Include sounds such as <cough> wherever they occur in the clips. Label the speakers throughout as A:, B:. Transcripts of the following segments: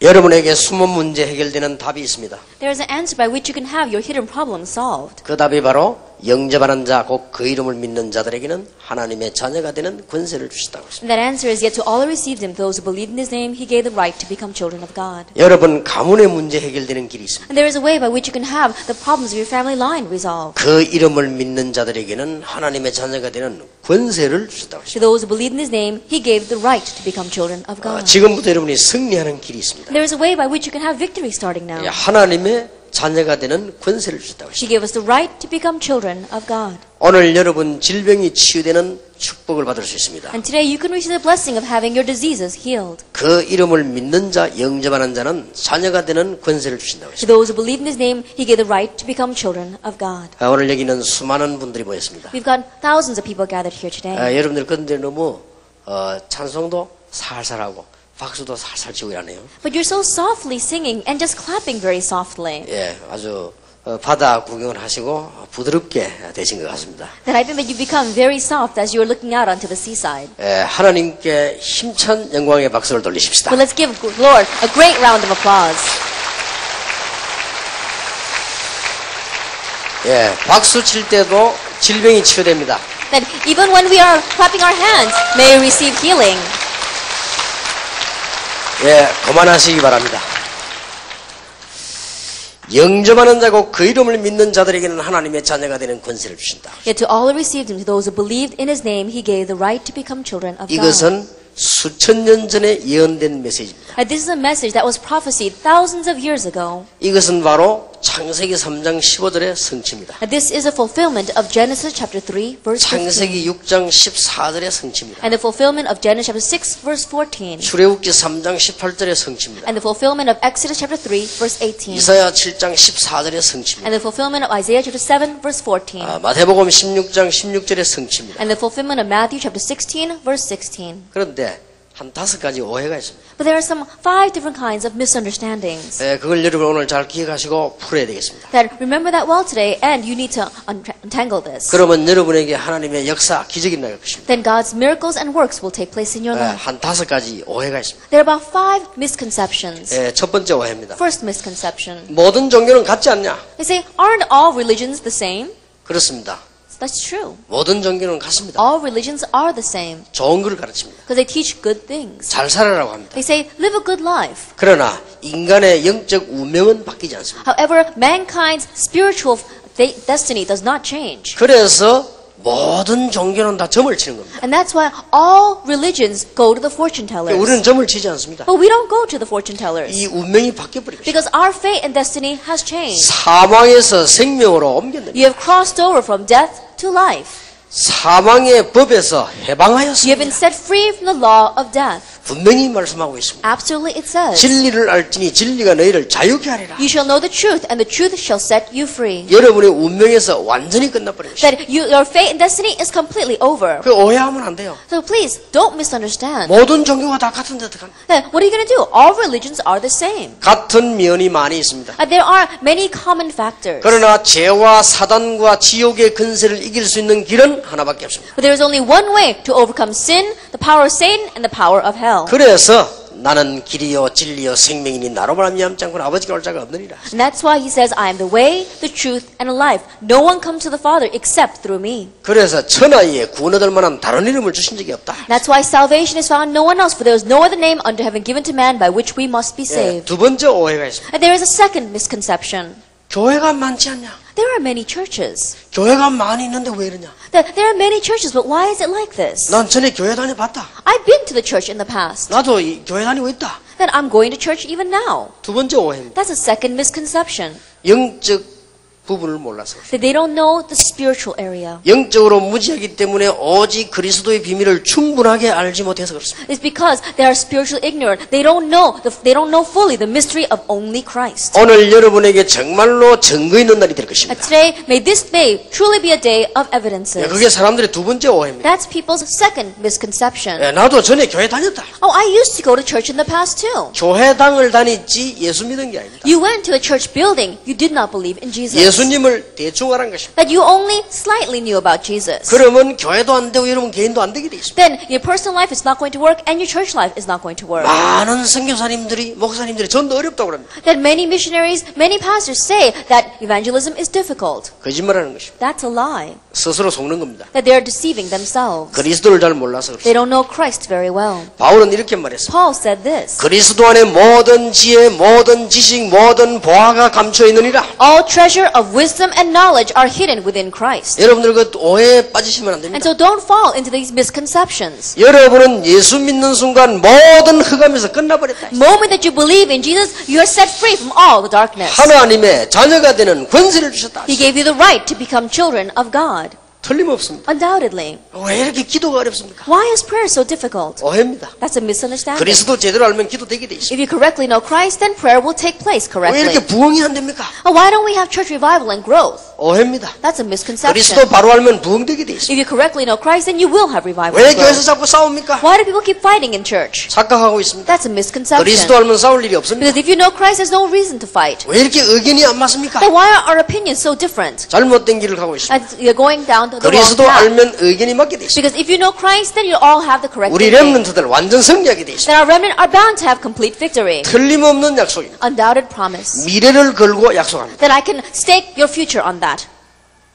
A: 여러분에게 숨은 문제 해결되는 답이 있습니다.
B: There is an answer by which you can have your hidden problem solved.
A: 그 답이 바로 영접하는 자, 곧 그 이름을 믿는 자들에게는 하나님의 자녀가 되는 권세를 주시다고 했습니다.
B: And that answer is yet to all who received him, those who believed in his name, he gave the right to become children of God.
A: 여러분 가문의 문제 해결되는 길이 있습니다.
B: And there is a way by which you can have the problems of your family line resolved.
A: 그 이름을 믿는 자들에게는 하나님의 자녀가 되는 권세를 주시다고 했습니다.
B: To those who believed in his name, he gave the right to become children of
A: 아,
B: God.
A: 지금부터 여러분이 승리하는 길이 있습니다.
B: There is a way by which you can have victory starting
A: 예,
B: now.
A: 하나님의 자녀가 되는 권세를 주시다고 했습니다.
B: She gave us the right to become children of God.
A: 오늘 여러분 질병이 치유되는 축복을 받을 수 있습니다.
B: And today you can receive the blessing of having your diseases healed.
A: 그 이름을 믿는 자, 영접하는 자는 자녀가 되는 권세를 주신다고
B: To
A: 했습니다.
B: those who believe in his name, he gave the right to become children of God.
A: 아, 오늘 여기는 수많은 분들이 모였습니다.
B: We've got thousands of people gathered here today.
A: 아, 여러분들 근데 너무 어, 찬송도 살살하고 박수도 살살 치고 이러네요.
B: But you're so softly singing and just clapping very softly
A: 예, 아주 어, 바다 구경을 하시고 부드럽게 되신 것 같습니다.
B: that I think that you become very soft as you are looking out onto the seaside.
A: 예, 하나님께 힘찬 영광의 박수를 돌리십시다.
B: But let's give the Lord a great round of applause.
A: 예, 박수 칠 때도 질병이 치유됩니다.
B: That even when we are clapping our hands, may we receive healing.
A: 예, 그만하시기 바랍니다. 영접하는 자고 그 이름을 믿는 자들에게는 하나님의 자녀가 되는 권세를 주신다.
B: Yet to all who received him, to those who believed in his name, he gave the right to become children of God.
A: 이것은 수천 년 전에 예언된 메시지입니다.
B: That this is a message that was prophesied thousands of years ago.
A: 이것은 바로 창세기 3장 15절의 성취입니다.
B: That this is a fulfillment of Genesis chapter 3, verse 15.
A: 창세기 6장 14절의 성취입니다.
B: And the fulfillment of Genesis chapter 6, verse 14.
A: 출애굽기 3장 18절의 성취입니다.
B: And the fulfillment of Exodus chapter 3, verse 18.
A: 이사야 7장 14절의 성취입니다.
B: And the fulfillment of Isaiah chapter 7, verse 14.
A: 아, 마태복음 16장 16절의 성취입니다.
B: And the fulfillment of Matthew chapter 16, verse 16.
A: 그런데 한 다섯 가지 오해가 있습니다.
B: But there are some five different kinds of misunderstandings.
A: 예, 그걸 여러분 오늘 잘 기억하시고 풀어야 되겠습니다.
B: That remember that well today, and you need to unt- untangle this.
A: 그러면 여러분에게 하나님의 역사 기적이 나갈 것입니다.
B: Then God's miracles and works will take place in your
A: 예,
B: life.
A: 한 다섯 가지 오해가 있습니다.
B: There are about five misconceptions.
A: 예, 첫 번째 오해입니다.
B: First misconception.
A: 모든 종교는 같지 않냐?
B: They say, aren't all religions the same?
A: 그렇습니다.
B: That's true.
A: 모든 종교는 같습니다.
B: All religions are the same
A: 좋은 걸 가르칩니다.
B: because they teach good things.
A: 잘 살아라고 합니다.
B: They say, live a good life.
A: 그러나 인간의 영적 운명은 바뀌지 않습니다.
B: However, mankind's spiritual de- destiny does not change.
A: 그래서 모든 종교는 다 점을 치는 겁니다.
B: And that's why all religions go to the fortune tellers.
A: 우리는 점을 치지 않습니다.
B: But we don't go to the fortune tellers
A: 이 운명이 바뀌어버립니다.
B: because our fate and destiny has changed.
A: 사망에서 생명으로 옮겼는데
B: You have crossed over from death to life.
A: 사망의 법에서
B: You have
A: 해방하였습니다.
B: been set free from the law of death.
A: 분명히 말씀하고 있습니다.
B: Absolutely, it says,
A: 진리를 알지니 진리가 너희를 자유케 하리라.
B: You shall know the truth, and the truth shall set you free.
A: 여러분의 운명에서 완전히 끝나버립니다.
B: That you, your fate and destiny is completely over.
A: 그 오해하면 안 돼요.
B: So please, don't 미sunderstand.
A: 모든 종교가 다 같은 데 들어간
B: Then what are you going to do? All religions are the same.
A: 같은 면이 많이 있습니다.
B: Uh, there are many common factors.
A: 그러나 죄와 사단과 지옥의 근세를 이길 수 있는 길은 하나밖에 없습니다.
B: But there is only one way to overcome sin, the power of Satan, and the power of hell.
A: 그래서 나는 길이요 진리요 생명이니 나로 말하면 얌지 않고는 아버지가 올 자가 없느니라.
B: And that's why he says, I am the way, the truth, and the life. No one comes to the Father except through me.
A: 그래서 천하에 구원 얻을 만한 다른 이름을 주신 적이 없다.
B: That's why salvation is found in no one else, for there is no other name under heaven given to man by which we must be
A: 예,
B: saved.
A: 두 번째 오해가 있습니다.
B: And there is a second misconception.
A: 교회가 많지 않냐?
B: There are many churches.
A: 교회가 많이 있는데 왜 이러냐?
B: That There are many churches, but why is it like this?
A: 난 전에 교회 다녀봤다.
B: I've been to the church in the past.
A: 나도 이 교회 다니고 있다.
B: That I'm going to church even now.
A: 두 번째 오해입니다.
B: That's a second misconception.
A: 영적 부분을 몰라서. 그렇습니다.
B: That they don't know the spiritual area.
A: 영적으로 무지하기 때문에 오직 그리스도의 비밀을 충분하게 알지 못해서 그렇습니다.
B: It's because they are spiritually ignorant. They don't know. The, they don't know fully the mystery of only Christ.
A: 오늘 여러분에게 정말로 증거 있는 날이 될
B: Uh,
A: 것입니다.
B: Today, may this day truly be a day of
A: 예,
B: evidences.
A: 그게 사람들의 두 번째 오해입니다.
B: That's people's second misconception.
A: 예, 나도 전에 교회 다녔다.
B: Oh, I used to go to church in the past too.
A: 교회당을 다녔지 예수 믿은 게 아닙니다.
B: You went to a church building. You did not believe in Jesus.
A: 예수님을 대충 알한 것입니다.
B: that you only slightly knew about Jesus.
A: 그러면 교회도 안 되고 여러분 개인도 안 되게 돼 있습니다.
B: Then your personal life is not going to work and your church life is not going to work.
A: 많은 선교사님들이 목사님들이 전도 어렵다고 합니다.
B: That many missionaries, many pastors say that evangelism is difficult.
A: 거짓말하는 것입니다.
B: That's a lie.
A: 스스로 속는 겁니다.
B: That they are deceiving themselves.
A: 그리스도를 잘 몰라서 그렇습니다.
B: They don't know Christ very well.
A: 바울은 이렇게 말했습니다.
B: Paul said this.
A: 그리스도 안에 모든 지혜, 모든 지식, 모든 보화가 감춰 있느니라.
B: All treasure of wisdom and knowledge are hidden within Christ.
A: 여러분들 그 오해에 빠지시면 안
B: And
A: 됩니다.
B: so don't fall into these misconceptions.
A: 여러분은 예수 믿는 순간 모든 흑암에서 끝나버렸다.
B: Moment that you believe in Jesus, you are set free from all the darkness.
A: 하나님의 자녀가 되는 권세를 주셨다.
B: He gave you the right to become children of God.
A: 틀림없습니다.
B: Undoubtedly.
A: 왜 이렇게 기도가 어렵습니까? 아,
B: Why is prayer so difficult?
A: 오해입니다.
B: That's a misunderstanding.
A: 그리스도 제대로 알면 기도 되게 돼 있습니다.
B: If you correctly know Christ, then prayer will take place
A: 왜
B: correctly.
A: 이렇게 부흥이 안 됩니까?
B: Oh, why don't we have church revival and growth?
A: 오해입니다.
B: That's a misconception.
A: 그리스도 바로 알면 부흥되게 돼 있습니다.
B: If you correctly know Christ, then you will have revival.
A: 왜
B: and
A: 교회에서
B: growth.
A: 자꾸 싸웁니까?
B: Why do people keep fighting in church?
A: 착각하고 있습니다.
B: That's a
A: 그리스도
B: misconception.
A: 알면 싸울 일이 없습니다.
B: Because if you know Christ, there's no reason to fight.
A: 왜 이렇게 의견이 안 맞습니까?
B: Then why are our opinions so different?
A: 잘못된 길을 가고 있습니다.
B: And you're going down the wrong
A: 그리스도
B: path.
A: 알면 의견이 맞게 돼 있습니다.
B: Because if you know Christ, then you all have the correct
A: 우리
B: thinking.
A: 렘넌트들 완전 승리하게 돼 있습니다.
B: Then our remnant are bound to have complete victory.
A: 틀림없는 약속입니다.
B: Undoubted promise.
A: 미래를 걸고 약속합니다.
B: Then I can stake your future on that.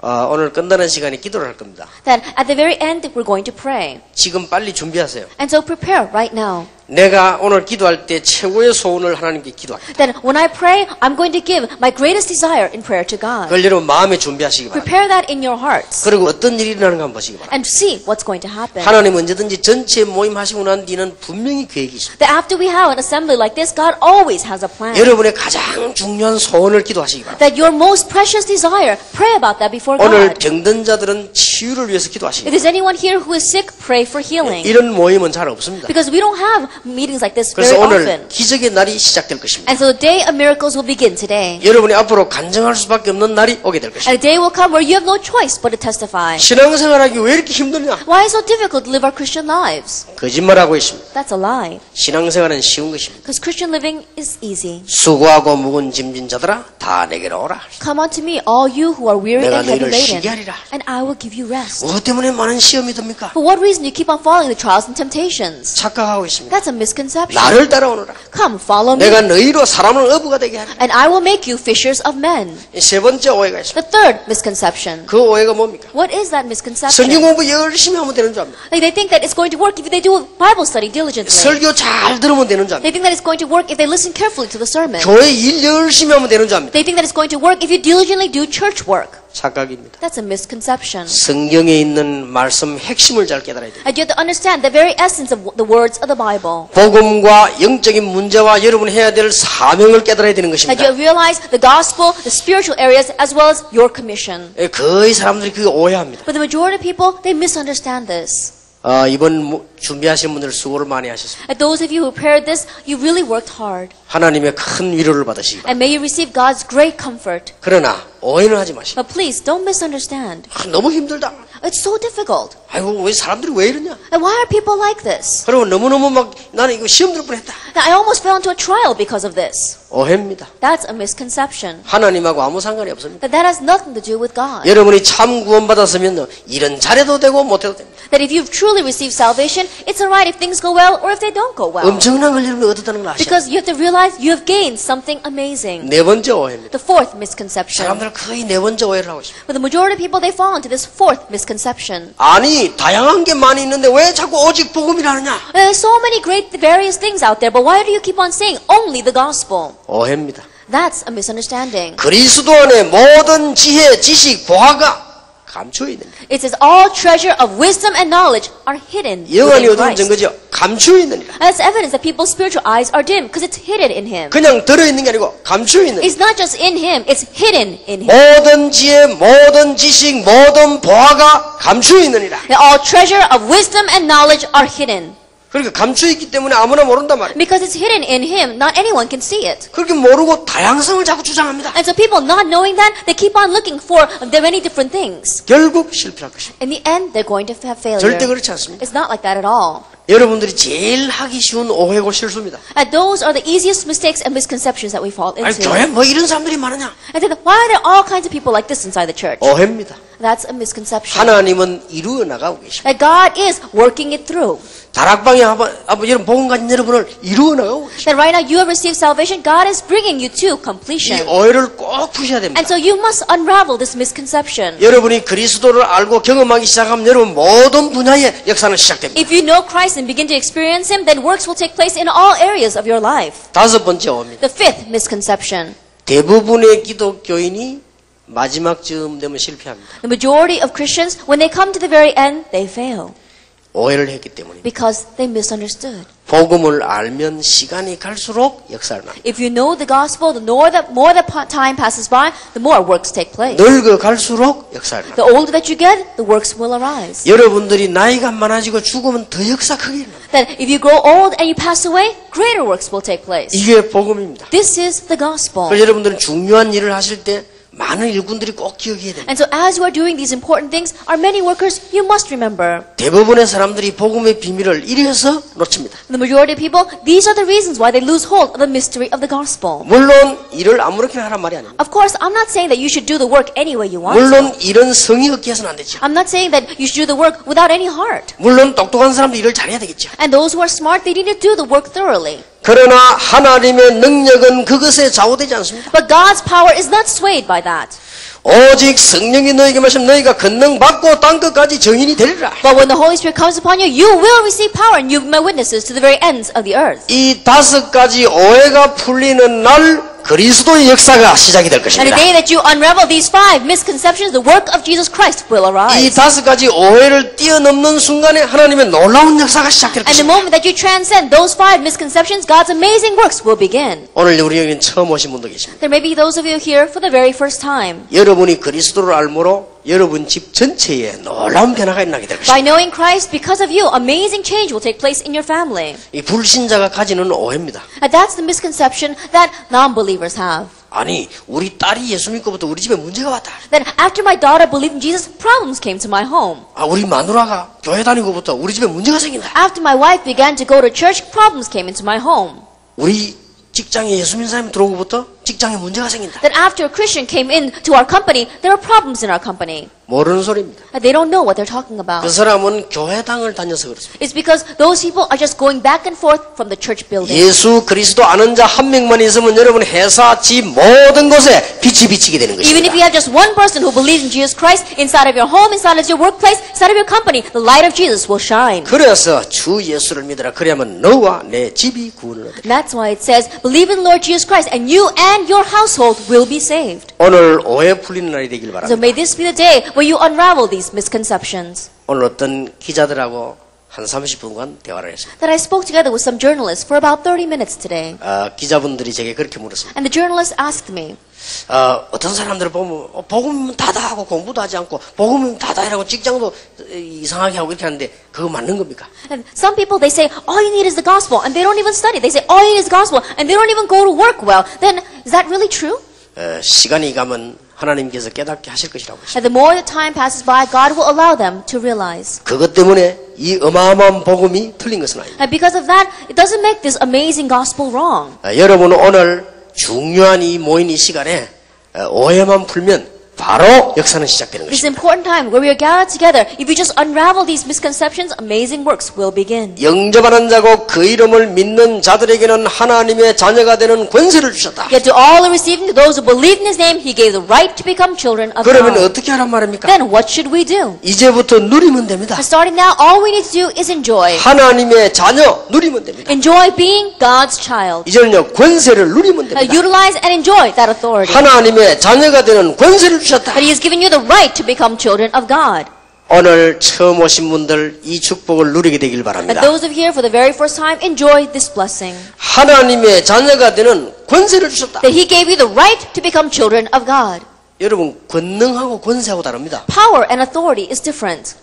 A: 아, 오늘 끝나는 시간에 기도를 할 겁니다.
B: Then at the very end, we're going to pray.
A: 지금 빨리 준비하세요.
B: And so prepare right now.
A: 내가 오늘 기도할 때 최고의 소원을 하나님께 기도합니다.
B: Then when I pray, I'm going to give my greatest desire in prayer to God.
A: 그걸 여러분 마음에 준비하시기 바랍니다.
B: Prepare that in your hearts
A: 그리고 어떤 일이 일어나는가 한번 보시기 바랍니다.
B: and see what's going to happen.
A: 하나님 언제든지 전체 모임하시고 난 뒤는 분명히 계획이 있습니다.
B: That after we have an assembly like this, God always has a plan.
A: 여러분의 가장 중요한 소원을 기도하시기 바랍니다.
B: That your most precious desire, pray about that before
A: 오늘
B: God.
A: 병든 자들은 치유를 위해서
B: If
A: 기도하시기
B: there's anyone here who is sick, pray for
A: 바랍니다.
B: healing.
A: 이런 모임은 잘 없습니다.
B: Because we don't have meetings like this very
A: 그래서
B: often.
A: 오늘 기적의 날이 시작될 것입니다.
B: And so the day of miracles will begin today.
A: 여러분이 앞으로 간증할 수밖에 없는 날이 오게 될 것입니다.
B: And a day will come where you have no choice but to testify.
A: 신앙생활하기 왜 이렇게 힘드냐?
B: Why is it so difficult to live our Christian lives?
A: 거짓말하고 있습니다.
B: That's a lie.
A: 신앙생활은 쉬운 것입니다.
B: Because Christian living is easy.
A: 수고하고 무거운 짐진 자들아 다 내게로 오라.
B: Come unto me, all you who are weary
A: 내가
B: and heavy
A: 너희를 쉬게
B: laden,
A: 하리라.
B: and I will give you rest.
A: 무엇 때문에 많은 시험이 듭니까?
B: For what reason you keep on following the trials and temptations?
A: 착각하고 있습니다.
B: That's a misconception.
A: 나를 따라오너라.
B: Come, follow me,
A: 내가 너희로 사람을 어부가 되게 하리라.
B: and I will make you fishers of men.
A: 이세 번째 오해가 있습니다.
B: The third misconception.
A: 그 오해가 뭡니까?
B: What is that
A: 성경
B: misconception?
A: 공부 열심히 하면 되는 줄 압니다.
B: Like, they think that it's going to work if they do Bible study diligently.
A: 설교 잘 들으면 되는 줄 압니다.
B: They think that it's going to work if they listen carefully to the sermon.
A: 교회 일 열심히 하면 되는 줄 압니다.
B: They think that it's going to work if you diligently do church work.
A: 착각입니다.
B: That's a misconception.
A: 성경에 있는 말씀 핵심을 잘 깨달아야 됩니다.
B: And you have to understand the very essence of w- the words of the Bible.
A: 복음과 영적인 문제와 여러분이 해야 될 사명을 깨달아야 되는
B: That you
A: 것입니다.
B: realize the gospel, the spiritual areas, as well as your commission.
A: 예, 거의 사람들이 그게 오해합니다.
B: But the majority of people, they misunderstand this.
A: 아, 이번 모- 준비하신 분들 수고를 많이 하셨습니다.
B: And those of you who prepared this, you really worked hard.
A: 하나님의 큰 위로를 받으시기 바랍니다.
B: And may you receive God's great comfort.
A: 그러나 오해는 하지 마시고
B: But please, don't misunderstand.
A: 아, 너무 힘들다.
B: It's so difficult.
A: 아이고 왜 사람들이 왜 이러냐.
B: And why are people like this?
A: 그리고 너무너무 막 나는 이거 시험 들 뻔했다.
B: Now, I almost fell into a trial because of this.
A: 오해입니다.
B: That's a misconception.
A: 하나님하고 아무 상관이 없습니다.
B: That that has nothing to do with God.
A: 여러분이 참 구원받았으면 일은 잘해도 되고 못해도 됩니다.
B: That if you've truly received salvation, it's alright if things go well or if they don't go well.
A: 엄청난 걸 여러분이 얻었다는 걸 아시죠?
B: Because you have to realize you have gained something amazing.
A: 네 번째 오해입니다.
B: The fourth misconception.
A: 사람들은 거의 네 번째 오해를 하고 있습니다.
B: But the majority of people, they fall into this fourth misconception.
A: 아니 다양한 게 많이 있는데 왜 자꾸 오직 복음이라느냐?
B: There are Uh, so many great various things out there, but why do you keep on saying only the gospel?
A: 오해입니다.
B: That's a misunderstanding.
A: 그리스도 안에 모든 지혜, 지식, 보화가 감춰 있는 다
B: It says all treasure of wisdom and knowledge are hidden
A: 영원히
B: in
A: 어두운
B: Christ.
A: 증거죠. 감춰 있느니라.
B: And that's evidence that people's spiritual eyes are dim because it's hidden in Him.
A: 그냥 들어 있는 게 아니고 감춰 있는.
B: It's not just in Him, it's hidden in Him.
A: 모든 지혜, 모든 지식, 모든 보화가 감추어 있느니라.
B: That all treasure of wisdom and knowledge are hidden.
A: 그러니까 감추어 있기 때문에 아무나 모른단 말이에요.
B: Because it's hidden in him, not anyone can see it.
A: 그렇게 모르고 다양성을 자꾸 주장합니다.
B: And so people not knowing that, they keep on looking for the many different things.
A: 결국 실패할 것입니다.
B: In the end, they're going to have failure.
A: 절대 그렇지 않습니다.
B: It's not like that at all.
A: 여러분들이 제일 하기 쉬운 오해고 실수입니다.
B: And those are the easiest mistakes and misconceptions that we fall
A: 아니
B: into.
A: 교회 뭐 이런 사람들이 많으냐?
B: And then why are there all kinds of people like this inside the church?
A: 오해입니다.
B: That's a misconception.
A: 하나님은 이루어 나가고 계십니다.
B: That God is working it through.
A: 다락방에 아버, 아버 여러분 복음가진 여러분을 이루어 나가고 계십니다.
B: That right now you have received salvation, God is bringing you to
A: 이
B: completion.
A: 오해를 꼭 푸셔야 됩니다.
B: And so you must unravel this misconception.
A: 여러분이 그리스도를 알고 경험하기 시작하면 여러분 모든 분야의 역사는 시작됩니다.
B: If you know Christ and begin to experience Him, then works will take place in all areas of your life.
A: 다섯 번째 오해입니다.
B: The fifth misconception.
A: 대부분의 기독교인이 마지막 즈음 되면 실패합니다.
B: The majority of Christians, when they come to the very end, they fail
A: 오해를 했기 때문입니다.
B: because they misunderstood.
A: 복음을 알면 시간이 갈수록 역사를 납니다.
B: If you know the gospel, the more that more the pa- time passes by, the more works take place.
A: 늙어 갈수록 역사를 납니다.
B: The older that you get, the works will arise.
A: 여러분들이 나이가 많아지고 죽으면 더 역사 크게 일어납니다.
B: That if you grow old and you pass away, greater works will take place.
A: 이게 복음입니다.
B: This is the gospel.
A: 그래서 여러분들은 중요한 일을 하실 때 많은 일꾼들이 꼭 기억해야 됩니다.
B: And so as you are doing these important things, are many workers you must remember.
A: 대부분의 사람들이 복음의 비밀을 이래서 놓칩니다.
B: The majority of people, these are the reasons why they lose hold of the mystery of the gospel.
A: 물론 일을 아무렇게나 하란 말이 아닙니다.
B: Of course, I'm not saying that you should do the work any way you want. to.
A: 물론 일은 성의 없게 해서는 안 되죠.
B: I'm not saying that you should do the work without any heart.
A: 물론 똑똑한 사람도 일을 잘해야 되겠죠.
B: And those who are smart, they need to do the work thoroughly.
A: 그러나 하나님의 능력은 그것에 좌우되지 않습니다.
B: But God's power is not swayed by that.
A: 오직 성령이 너에게 마시면 너희가 권능 받고 땅 끝까지 정인이 되리라.
B: But when the Holy Spirit comes upon you, you will receive power and you'll be my witnesses to the very ends of the earth.
A: 이 다섯 가지 오해가 풀리는 날 그리스도의 역사가 시작이 될
B: And the
A: 것입니다.
B: day that you unravel these five misconceptions, the work of Jesus Christ will
A: 이
B: arise.
A: 다섯 가지 오해를 뛰어넘는 순간에 하나님의 놀라운 역사가 시작될
B: And the
A: 것입니다.
B: moment that you transcend those five misconceptions, God's amazing works will begin.
A: 오늘 우리 여기는 처음 오신 분도 계십니다.
B: There may be those of you here for the very first time.
A: 여러분이 그리스도를 알므로 여러분 집 전체에 놀라운 변화가 일어나게 될 것입니다.
B: By knowing Christ, because of you, amazing change will take place in your family.
A: 이 불신자가 가지는 오해입니다.
B: And that's the misconception that non-believers have.
A: 아니 우리 딸이 예수 믿고부터 우리 집에 문제가 왔다.
B: That after my daughter believed in Jesus, problems came to my home.
A: 아 우리 마누라가 교회 다니고부터 우리 집에 문제가 생긴다.
B: After my wife began to go to church, problems came into my home.
A: 우리 직장에 예수 믿는 사람이 들어오고부터 직장에 문제가 생긴다.
B: That after a Christian came in to our company, there are problems in our company.
A: 모르는 소리입니다.
B: That They don't know what they're
A: 그
B: talking about.
A: 사람은 교회당을 다녀서 그렇습니다.
B: It's because those people are just going back and forth from the church building.
A: 예수 그리스도 아는 자 한 명만 있으면 여러분 회사 집 모든 곳에 빛이 비치게 되는
B: Even
A: 것입니다.
B: if you have just one person who believes in Jesus Christ, inside of your home, inside of your workplace, inside of your company, the light of Jesus will shine.
A: 그래서 주 예수를 믿으라. 그래야만 너와 내 집이 구원을 얻으리.
B: And that's why it says, believe in Lord Jesus Christ and you and your household will be saved.
A: 오늘 오해 풀리는 날이 되길 바랍니다.
B: So may this be the day where you unravel these misconceptions.
A: 오늘 어떤 기자들하고 한 30분간 대화를 했습니다.
B: That I spoke together with some journalists for about 30 minutes today.
A: 아, 기자분들이 제게 그렇게 물었습니다.
B: And the journalist asked me,
A: 어, 어떤 사람들을 보면 어, 복음은 다다 하고 공부도 하지 않고 복음은 다다 이라고 직장도 이상하게 하고 이렇게 하는데 그거 맞는 겁니까?
B: And some people they say all you need is the gospel and they don't even study. They say all you need is the gospel and they don't even go to work well. Then is that really true?
A: 어, 시간이 가면 하나님께서 깨닫게 하실 것이라고 했습니다.
B: And the more the time passes by, God will allow them to realize.
A: 그것 때문에 이 어마어마한 복음이 틀린 것은 아닙니다.
B: And because of that, it doesn't make this amazing gospel wrong.
A: 어, 여러분 오늘 중요한 이 모인 이 시간에 어, 오해만 풀면 바로 역사는 시작되는
B: This
A: 것입니다.
B: important time where we are gathered together, if you just unravel these misconceptions, amazing works will begin.
A: 영접하는 자고 그 이름을 믿는 자들에게는 하나님의 자녀가 되는 권세를 주셨다.
B: Yet to all who received him, to those who believed in his name, he gave the right to become children of
A: 그러면
B: God.
A: 어떻게 하란 말입니까?
B: Then what should we do?
A: 이제부터 누리면 됩니다.
B: Starting now, all we need to do is enjoy.
A: 하나님의 자녀 누리면 됩니다.
B: Enjoy being God's child.
A: 이제는요 권세를 누리면
B: Uh,
A: 됩니다.
B: utilize and enjoy that authority.
A: 하나님의 자녀가 되는 권세를 주셨다.
B: But He has given you the right to become children of God.
A: 오늘 처음 오신 분들 이 축복을 누리게 되길
B: And
A: 바랍니다.
B: those of here for the very first time, enjoy this blessing.
A: 하나님의 자녀가 되는 권세를 주셨다.
B: That He gave you the right to become children of God.
A: 여러분 권능하고 권세하고 다릅니다.
B: Power and authority is different.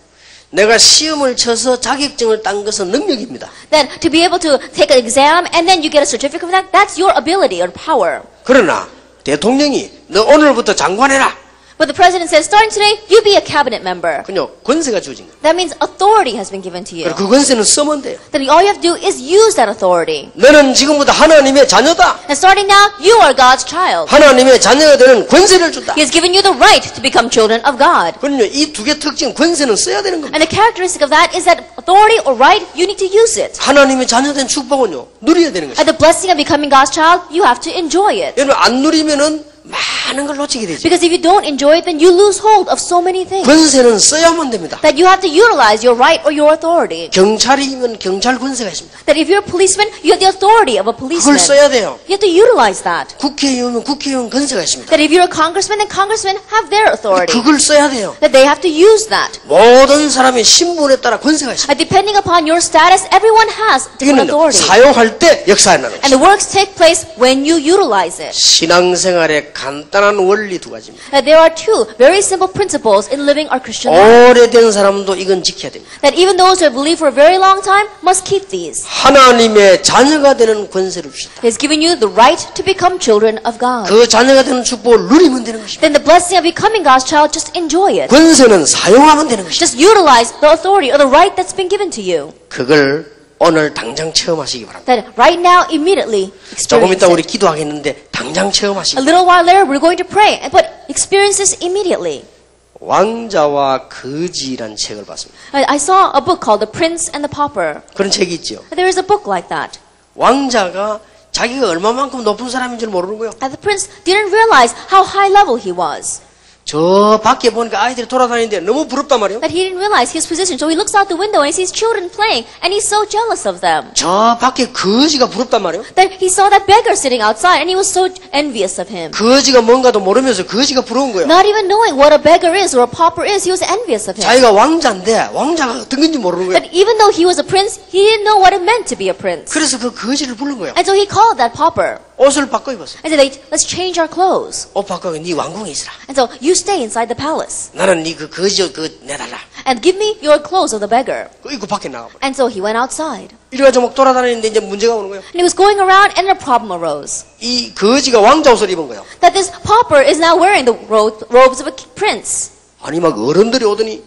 A: 내가 시험을 쳐서 자격증을 딴 것은 능력입니다.
B: Then to be able to take an exam and then you get a certificate from that, that's your ability or power.
A: 그러나 대통령이 너 오늘부터 장관해라.
B: But the president says, starting today, you be a cabinet member.
A: 그냥 권세가 주어진 거예요.
B: That means authority has been given to you.
A: 그리고 그 권세는 쓰면 돼요.
B: Then all you have to do is use that authority.
A: 너는 지금부터 하나님의 자녀다.
B: And starting now, you are God's child.
A: 하나님의 자녀가 되는 권세를 준다.
B: He has given you the right to become children of God.
A: 그럼요. 이 두 개 특징 권세는 써야 되는 겁니다.
B: And the characteristic of that is that authority or right, you need to use it.
A: 하나님의 자녀된 축복은요. 누려야 되는 것이죠.
B: And the blessing of becoming God's child, you have to enjoy it.
A: 여러분 안 누리면은 많은 걸 놓치게 되죠.
B: Because if you don't enjoy it, then you lose hold of so many things.
A: 권세는 써야만 됩니다.
B: That you have to utilize your right or your authority.
A: 경찰이면 경찰 권세가 있습니다.
B: That if you're a policeman, you have the authority of a
A: 그걸
B: policeman.
A: 써야 돼요.
B: You have to utilize that.
A: 국회의원은 국회의원 권세가 있습니다.
B: That if you're a congressman, then congressmen have their
A: <laughs>
B: authority.
A: 그걸 써야 돼요.
B: That they have to use that.
A: 모든 사람의 신분에 따라 권세가 있습니다.
B: That depending upon your status, everyone has
A: 이거는
B: different authority.
A: 사용할 때 역사에 나는 것입니다.
B: And the works take place when you utilize it.
A: 신앙생활의 간단한 원리 두 가지입니다.
B: That there are two very simple principles in living our Christian life.
A: 오래된 사람도 이건 지켜야 됩니다.
B: That even those who have believed for a very long time must keep these.
A: 하나님의 자녀가 되는 권세를 주셨다.
B: He has given you the right to become children of God.
A: 그 자녀가 되는 축복을 누리면 되는 것입니다.
B: Then the blessing of becoming God's child, just enjoy it.
A: 권세는 사용하면 되는 것입니다.
B: Just utilize the authority or the right that's been given to you.
A: 그걸 오늘 당장 체험하시기 바랍니다.
B: That right now, immediately
A: 조금
B: experience
A: 이따 우리
B: it.
A: 기도하겠는데 당장 체험하시기
B: A little while later, we're going to pray, but experience this immediately.
A: 왕자와 거지란 책을 봤습니다.
B: I I saw a book called The Prince and the Pauper.
A: 그런 책이 있죠.
B: There is a book like that.
A: 왕자가 자기가 얼마만큼 높은 사람인 줄 모르고요.
B: And the prince didn't realize how high level he was.
A: 저 밖에 보니까 아이들이 돌아다니는데 너무 부럽단 말이에요.
B: That he didn't realize his position. So he looks out the window and he sees children playing, and he's so jealous of them.
A: 저 밖에 거지가 부럽단 말이에요.
B: That he saw that beggar sitting outside, and he was so envious of him.
A: 거지가 뭔가도 모르면서 거지가 부러운 거예요.
B: Not even knowing what a beggar is or a pauper is, he was envious of him.
A: 자기가 왕자인데 왕자가 어떤 건지 모르는 거예요.
B: That even though he was a prince, he didn't know what it meant to be a prince.
A: 그래서 그 거지를 부른 거예요.
B: And so he called that pauper
A: 옷을 바꿔 입었어요.
B: and said, "Hey, let's change our clothes.
A: 옷 바꿔 네 왕궁에 있으라.
B: And so you stay inside the palace
A: 나는 네 그 거지 옷 그거 내달라.
B: and give me your clothes of the beggar.
A: 그 입고 밖에 나가버려.
B: And so he went outside.
A: 이래가지고 막 돌아다니는데 이제 문제가 오는 거예요.
B: And he was going around and a problem arose.
A: 이 거지가 왕자 옷을 입은 거예요.
B: that this pauper is now wearing the ro- robes of a prince.
A: 아니 막 어른들이 오더니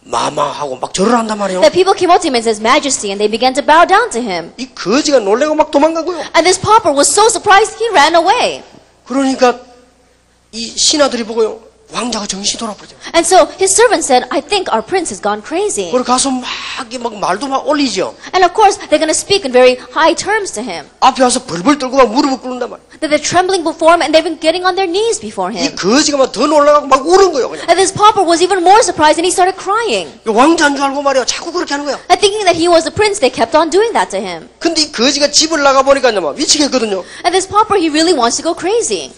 A: 마마하고 막 절을 한단 말이에요.
B: That people came up to him and said, His Majesty, and they began to bow down to him.
A: 이 거지가 놀래고 막 도망가고요.
B: And this pauper was so surprised he ran away.
A: 그러니까 이 신하들이 보고요. 왕자가 정신이 돌아버리죠.
B: And so his servant said, I think our prince has gone crazy.
A: 그걸 가서 막, 이게 막 말도 막 올리죠.
B: And of course, they're going to speak in very high terms to him.
A: 앞에 와서 벌벌 떨고 막 무릎을 꿇는단 말이에요.
B: That they're trembling before him and they've been getting on their knees before
A: 이
B: him.
A: 거지가 막 더 놀라고 막 우는 거예요. 그냥.
B: And this pauper was even more surprised and he started crying.
A: 이 왕자인 줄 알고 말이에요. 자꾸 그렇게 하는 거예요.
B: And thinking that he was a prince, they kept on doing that to him.
A: 근데 이 거지가 집을 나가보니까 막 미치겠거든요.
B: And this pauper, he really wants to go crazy.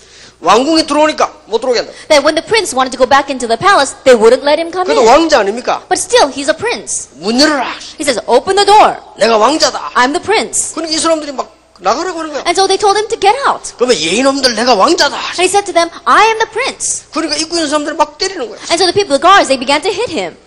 A: 왕궁에 들어오니까 못 들어오게 한다.
B: That when the prince wanted to go back into the palace, they wouldn't let him come
A: 그래도
B: in.
A: 왕자 아닙니까?
B: But still, he's a prince.
A: 문 열어라.
B: He says, Open the door.
A: 내가 왕자다.
B: I'm the prince.
A: 그러니까 이 사람들이 막 나가라고 하는 거야.
B: And so they told him to get out.
A: 그러면 예인놈들 내가 왕자다.
B: And he said to them, I am the prince.
A: 그러니까 입고 있는 사람들이 막 때리는 거야.
B: And so the people, the guards, they began to hit him.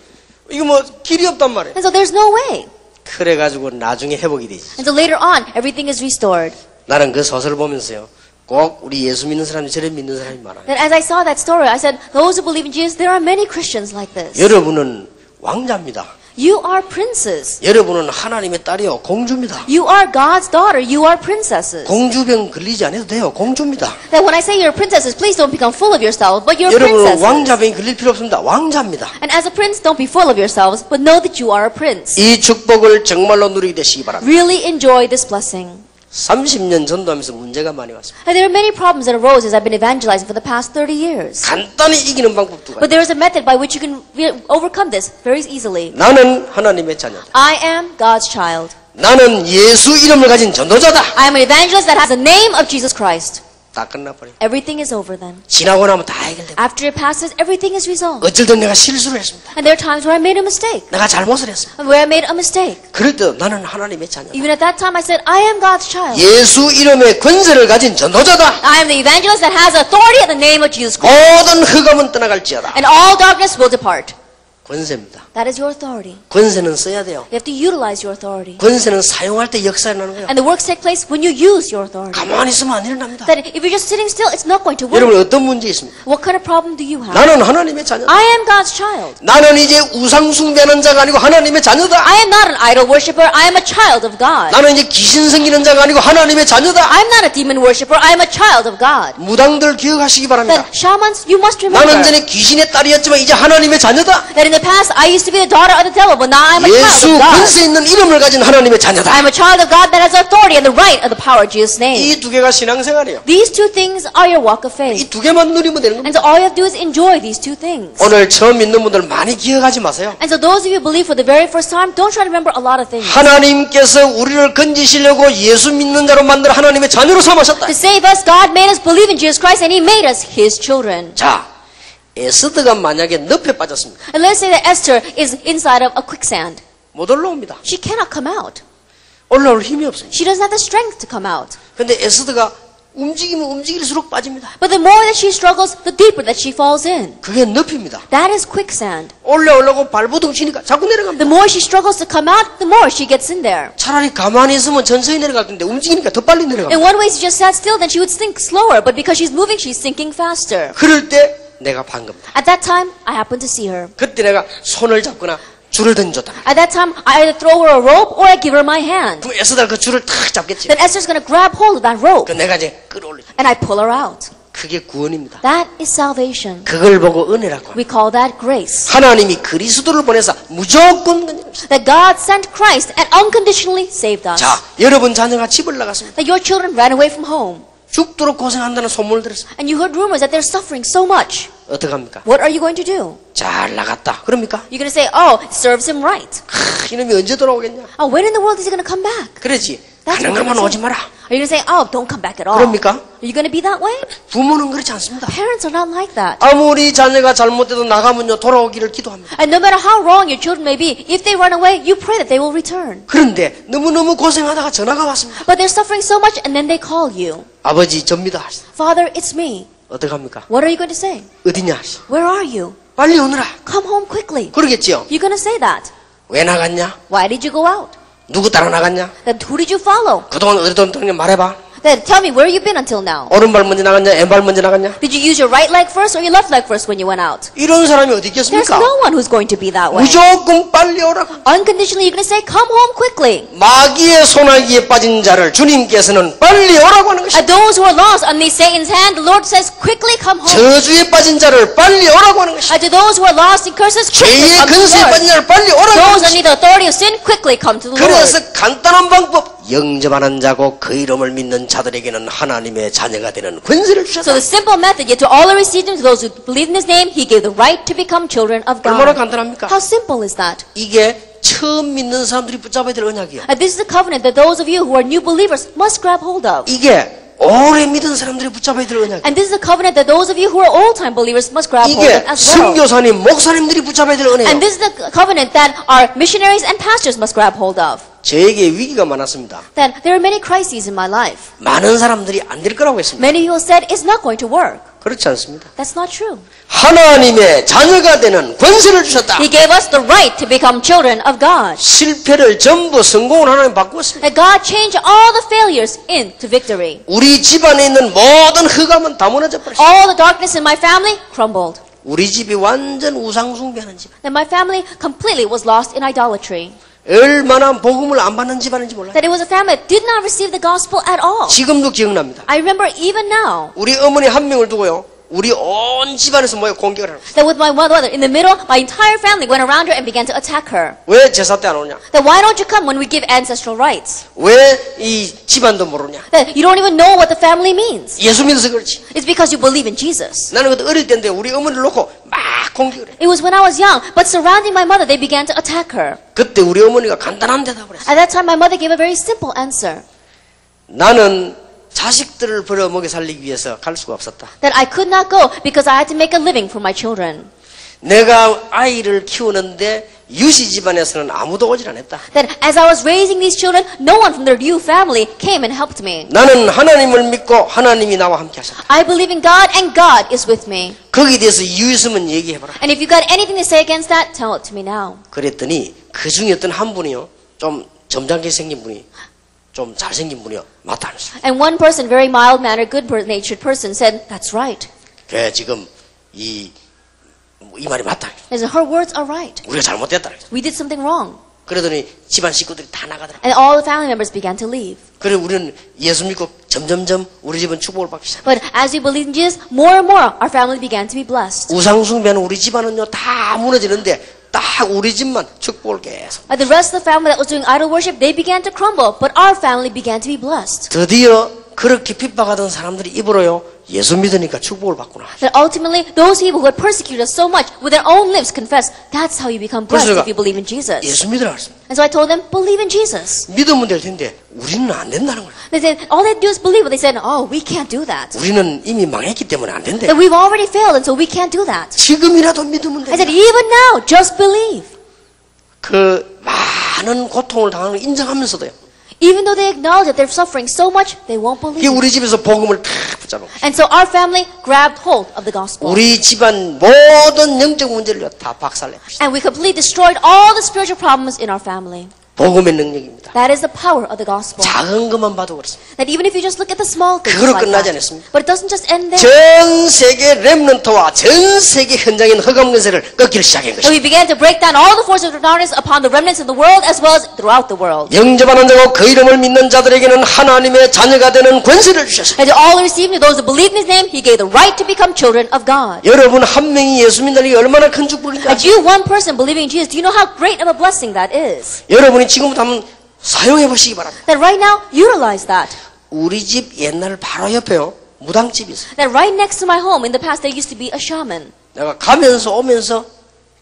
A: 이거 뭐 길이 없단 말이야.
B: And so there's no way.
A: 그래가지고 나중에 회복이 되지.
B: And so later on, everything is restored.
A: 나는 그 소설을 보면서요. 꼭 우리 예수 믿는 사람이 저를 믿는 사람이 많아요.
B: Then as I saw that story, I said, Those who believe in Jesus, there are many Christians like this.
A: 여러분은 왕자입니다.
B: You are princes.
A: 여러분은 하나님의 딸이요. 공주입니다.
B: You are God's daughter. You are princesses.
A: 공주병 걸리지 않아도 돼요. 공주입니다.
B: That when I say you're princesses, please don't become full of yourselves, but you're
A: 여러분은
B: princesses.
A: 왕자병이 걸릴 필요 없습니다. 왕자입니다.
B: And as a prince, don't be full of yourselves, but know that you are a prince.
A: 이 축복을 정말로 누리게 되시기 바랍니다.
B: Really enjoy this blessing.
A: 30년 전도하면서 문제가 많이 왔습니다.
B: And there are many problems that arose as I've been evangelizing for the past 30 years.
A: 간단히 이기는 방법 두 가지.
B: But there is a method by which you can re- overcome this very easily.
A: 나는 하나님의 자녀다.
B: I am God's child.
A: 나는 예수 이름을 가진 전도자다.
B: I am an evangelist that has the name of Jesus Christ.
A: 다 끝나버려.
B: Everything is over then.
A: 지나고 나면 다 해결돼.
B: After it passes, everything is resolved.
A: 어쩔든 내가 실수를 했습니다.
B: And there are times where I made a mistake,
A: 내가 잘못을 했습니다.
B: where I made a mistake.
A: 그럴 때도 나는 하나님의 자녀다.
B: Even at that time, I said, I am God's child.
A: 예수 이름의 권세를 가진 전도자다.
B: I am the evangelist that has authority in the name of Jesus Christ.
A: 모든 흑암은 떠나갈지어다.
B: And all darkness will depart.
A: 권세입니다.
B: That is your authority.
A: 권세는 써야 돼요.
B: You have to utilize your authority.
A: 권세는 사용할 때 역사가 나는 거예요.
B: And the works take place when you use your authority.
A: 가만히 있으면 안 일어납니다.
B: That if you're just sitting still, it's not going to work.
A: 여러분 어떤 문제 있습니까?
B: What kind of problem do you have?
A: 나는 하나님의 자녀다.
B: I am God's child.
A: 나는 이제 우상 숭배하는 자가 아니고 하나님의 자녀다.
B: I am not an idol worshiper. I am a child of God.
A: 나는 이제 귀신 섬기는 자가 아니고 하나님의 자녀다.
B: I am not a demon worshiper. I am a child of God.
A: 무당들 기억하시기 바랍니다.
B: That shamans, you must
A: 나는
B: remember
A: 전에 귀신의 딸이었지만 이제 하나님의 자녀다.
B: that in the past I used to be the daughter of the devil, but now I'm a
A: 예수
B: child of God.
A: 권세 있는 이름을 가진 하나님의 자녀다.
B: I'm a child of God that has authority and the right of the power of Jesus' name.
A: 이 두 개가 신앙생활이에요.
B: These two things are your walk
A: 이
B: of faith.
A: 두 개만 누리면 되는 겁니다.
B: And so all you have to do is enjoy these two things.
A: 오늘 처음 믿는 분들 많이 기억하지 마세요.
B: And so those of you who believe for the very first time, don't try to remember a lot of things.
A: 하나님께서 우리를 건지시려고 예수 믿는 자로 만들어 하나님의 자녀로 삼으셨다.
B: To save us, God made us believe in Jesus Christ and He made us His children.
A: 자, 에스더가 만약에 늪에 빠졌습니다.
B: And let's say that Esther is inside of a quicksand.
A: 못 올라옵니다.
B: She cannot come out.
A: 올라올 힘이 없습니다.
B: She doesn't have the strength to come out.
A: 근데 에스더가 움직이면 움직일수록 빠집니다.
B: But the more that she struggles, the deeper that she falls in.
A: 그게 늪입니다.
B: That is quicksand.
A: 올라오려고 발버둥 치니까 자꾸
B: The
A: 내려갑니다.
B: more she struggles to come out, the more she gets in there.
A: 차라리 가만히 있으면 천천히 내려갈 텐데 움직이니까 더 빨리
B: In
A: 내려갑니다.
B: one way, she just sat still, then she would sink slower. But because she's moving, she's sinking faster.
A: 그럴 때 내가 반 겁니다.
B: At that time, I happened to see her.
A: 그때 내가 손을 잡거나 줄을 던졌다.
B: At that time, I either throw her a rope or I give her my hand.
A: 그럼 에스더가 그 줄을 탁 잡겠지.
B: Then Esther's gonna grab hold of that rope
A: 그 내가 이제 끌어올리죠.
B: and I pull her out.
A: 그게 구원입니다.
B: That is salvation.
A: 그걸 보고 은혜라고 합니다.
B: We call that grace.
A: 하나님이 그리스도를 보내서 무조건 건져냅시다.
B: That God sent Christ and unconditionally saved us.
A: 자, 여러분 자녀가 집을 나갔습니다.
B: That your children ran away from home.
A: 죽도록 고생한다는 소문을 들었습니다.
B: And you heard rumors that they're suffering so much.
A: 어떡합니까?
B: What are you going to do?
A: 잘 나갔다. 그럽니까?
B: You're going to say, oh, it serves him right.
A: 크, 이놈이 언제 돌아오겠냐?
B: Oh, when in the world is he going to come back?
A: 그렇지.
B: That's
A: 가는
B: what
A: 것만
B: I'm
A: 오지
B: saying.
A: 마라.
B: Are you going to say, oh, don't come back at all?
A: 그럽니까?
B: Are you going to be that way?
A: 부모는 그렇지 않습니다.
B: Parents are not like that.
A: 아무리 자녀가 잘못돼도 나가면요 돌아오기를 기도합니다.
B: And no matter how wrong your children may be, if they run away, you pray that they will return.
A: 그런데 너무너무 고생하다가 전화가 왔습니다.
B: But they're suffering so much and then they call you.
A: 아버지 접니다. 하시다.
B: Father, it's me.
A: 어떡합니까?
B: What are you going to say?
A: 어디냐? 하시다.
B: Where are you?
A: 빨리 오느라.
B: Come home quickly.
A: 그러겠지요.
B: You're going to say that.
A: 왜 나갔냐?
B: Why did you go out?
A: 누구 따라 나갔냐?
B: Then who did you follow?
A: 그동안 어디 돈통냐 말해봐.
B: Then tell me where you been until now.
A: 오른발 먼저 나갔냐? 왼발 먼저 나갔냐?
B: Did you use your right leg first or your left leg first when you went out?
A: 이런 사람이 어디
B: There's
A: 있겠습니까?
B: no one who's going to be that way.
A: 무조건 빨리 오라고.
B: Unconditionally, you're going to say, come home quickly.
A: 마귀의 소나기에 빠진 자를 주님께서는 빨리 오라고 하는 것입니다.
B: And those who are lost under Satan's hand, the Lord says, quickly come home.
A: 아, 저주에 빠진 자를 빨리 오라고 하는 것입니다.
B: And to those who are lost in curses, quickly
A: 죄의
B: come to
A: 근세에
B: the
A: 빠진
B: Lord.
A: 자를 빨리 오라고 하는
B: Those
A: 것입니다.
B: under the authority of sin, quickly come to the Lord.
A: 그래서 간단한 방법 영접하는 자고 그 이름을 믿는 자들에게는 하나님의 자녀가 되는 권세를
B: So
A: 주셨다.
B: the simple method, yet to all who received him, to those who believe in his name, he gave the right to become children of
A: 얼마나
B: God.
A: 간단합니까?
B: How simple is that?
A: 이게 처음 믿는 사람들이 붙잡아야 될 언약이에요.
B: And this is a covenant that those of you who are new believers must grab hold of.
A: 이게 오래 믿은 사람들이 붙잡아야 될 언약이에요.
B: And this is a covenant that those of you who are old-time believers must grab hold of
A: 이게
B: as well.
A: 선교사님, 목사님들이 붙잡아야 될
B: And
A: 언약이에요.
B: this is the covenant that our missionaries and pastors must grab hold of.
A: 저에게 위기가 많았습니다.
B: That there are many crises in my life.
A: 많은 사람들이 안 될 거라고 했습니다.
B: Many people said it's not going to work.
A: 그렇지 않습니다.
B: That's not true.
A: 하나님의 자녀가 되는 권세를 주셨다.
B: He gave us the right to become children of God.
A: 실패를 전부 성공을 하나님 바꾸었습니다.
B: That God changed all the failures into victory.
A: 우리 집안에 있는 모든 흑암은 다 무너져 버렸습니다.
B: All the darkness in my family crumbled.
A: 우리 집이 완전 우상숭배하는 집.
B: That my family completely was lost in idolatry.
A: 얼마나 복음을 안 받는 집안인지 몰라요.
B: That it was a family that did not receive the gospel at all.
A: 지금도 기억납니다.
B: I remember even now
A: 우리 어머니 한 명을 두고요. 우리 온 집안에서 모여 공격을 하는 거예요.
B: that with my mother in the middle, my entire family went around her and began to attack her.
A: 왜 제사 때 안 오냐?
B: That why don't you come when we give ancestral rites?
A: 왜 이 집안도 모르냐?
B: That you don't even know what the family means.
A: 예수 믿어서 그렇지.
B: It's because you believe in Jesus.
A: 나는 그때 어릴 때인데 우리 어머니를 놓고 막 공격을 해.
B: It was when I was young, but surrounding my mother, they began to attack her.
A: 그때 우리 어머니가 간단한 대답을 했어.
B: At that time, my mother gave a very simple answer
A: 나는 자식들을 벌어 먹여 살리기 위해서 갈 수가 없었다.
B: that I could not go because I had to make a living for my children.
A: 내가 아이를 키우는데 유시 집안에서는 아무도 오질 않았다.
B: Then, as I was raising these children, no one from the Ryu family came and helped me.
A: 나는 하나님을 믿고 하나님이 나와 함께 하셨다.
B: I believe in God, and God is with me.
A: 거기에 대해서 이유 있으면 얘기해봐라.
B: And if you got anything to say against that, tell it to me now.
A: 그랬더니 그 중에 어떤 한 분이요. 좀 점잖게 생긴 분이 좀 잘생긴 분이요. 맞다 안 했어.
B: And one person, very mild mannered, good natured person, said, That's right.
A: 그래 지금 이, 뭐 이 말이 맞다.
B: And so her words are right.
A: 우리가 잘못됐다. 그랬어.
B: We did something wrong.
A: 그러더니 집안 식구들이 다 나가더라.
B: And all the family members began to leave.
A: 그래 우리는 예수 믿고 점점점 우리 집은 축복을 받기 시작.
B: But as we believed in Jesus, more and more our family began to be blessed.
A: 우상숭배는 우리 집안은요 다 무너지는데 딱 우리 집만 축복을 계속.
B: And the rest of the family that was doing idol worship, they began to crumble, but our family began to be blessed.
A: 드디어 그렇게 핍박하던 사람들이 입으로요 예수 믿으니까 축복을 받구나.
B: That ultimately, those people who had persecuted us so much with their own lips confessed, that's how you become blessed
A: 그래서
B: if you believe in Jesus.
A: 예수 믿으라 그랬습니다.
B: And so I told them, believe in Jesus.
A: 믿으면 될 텐데 우리는 안 된다는 거예요.
B: They said, all they do is believe, but they said, oh, we can't do that.
A: 우리는 이미 망했기 때문에 안 된대.
B: That we've already failed, and so we can't do that.
A: 지금이라도 믿으면
B: I said,
A: 돼.
B: even now, just believe.
A: 그 많은 고통을 당하는 걸 인정하면서도요.
B: Even though they acknowledge that they're suffering so much, they won't
A: 이게
B: believe.
A: 우리 집에서 복음을 탁 붙잡아.
B: And so our family grabbed hold of the gospel.
A: 우리 집안 모든 영적 문제를 다 박살내.
B: And we completely destroyed all the spiritual problems in our family.
A: 복음의 능력입니다.
B: That is the power of the gospel.
A: 작은 것만 봐도 그렇습니다.
B: That even if you just look at the small things
A: 그걸로
B: like
A: 끝나지
B: that,
A: 않았습니다.
B: but it doesn't just end there.
A: 전 세계 렘넌트와 전 세계 현장에 있는 허감근세를 꺾기를 시작한
B: And
A: 것입니다.
B: we began to break down all the forces of darkness upon the remnants of the world as well as throughout the world.
A: 영접하는 자고 그 이름을 믿는 자들에게는 하나님의 자녀가 되는 권세를 주셨습니다.
B: And to all who received him, to those who believed in his name, he gave the right to become children of God.
A: 여러분 한 명이 예수 믿는다는 게 얼마나 큰 축복인지
B: And
A: 아세요?
B: you, one person believing in Jesus, do you know how great of a blessing that is?
A: 여러분이 지금부터 한번 사용해 보시기 바랍니다.
B: That right now, utilize that.
A: 우리 집 옛날 바로 옆에요. 무당집이 있어요.
B: That right next to my home, in the past, there used to be a shaman.
A: 내가 가면서 오면서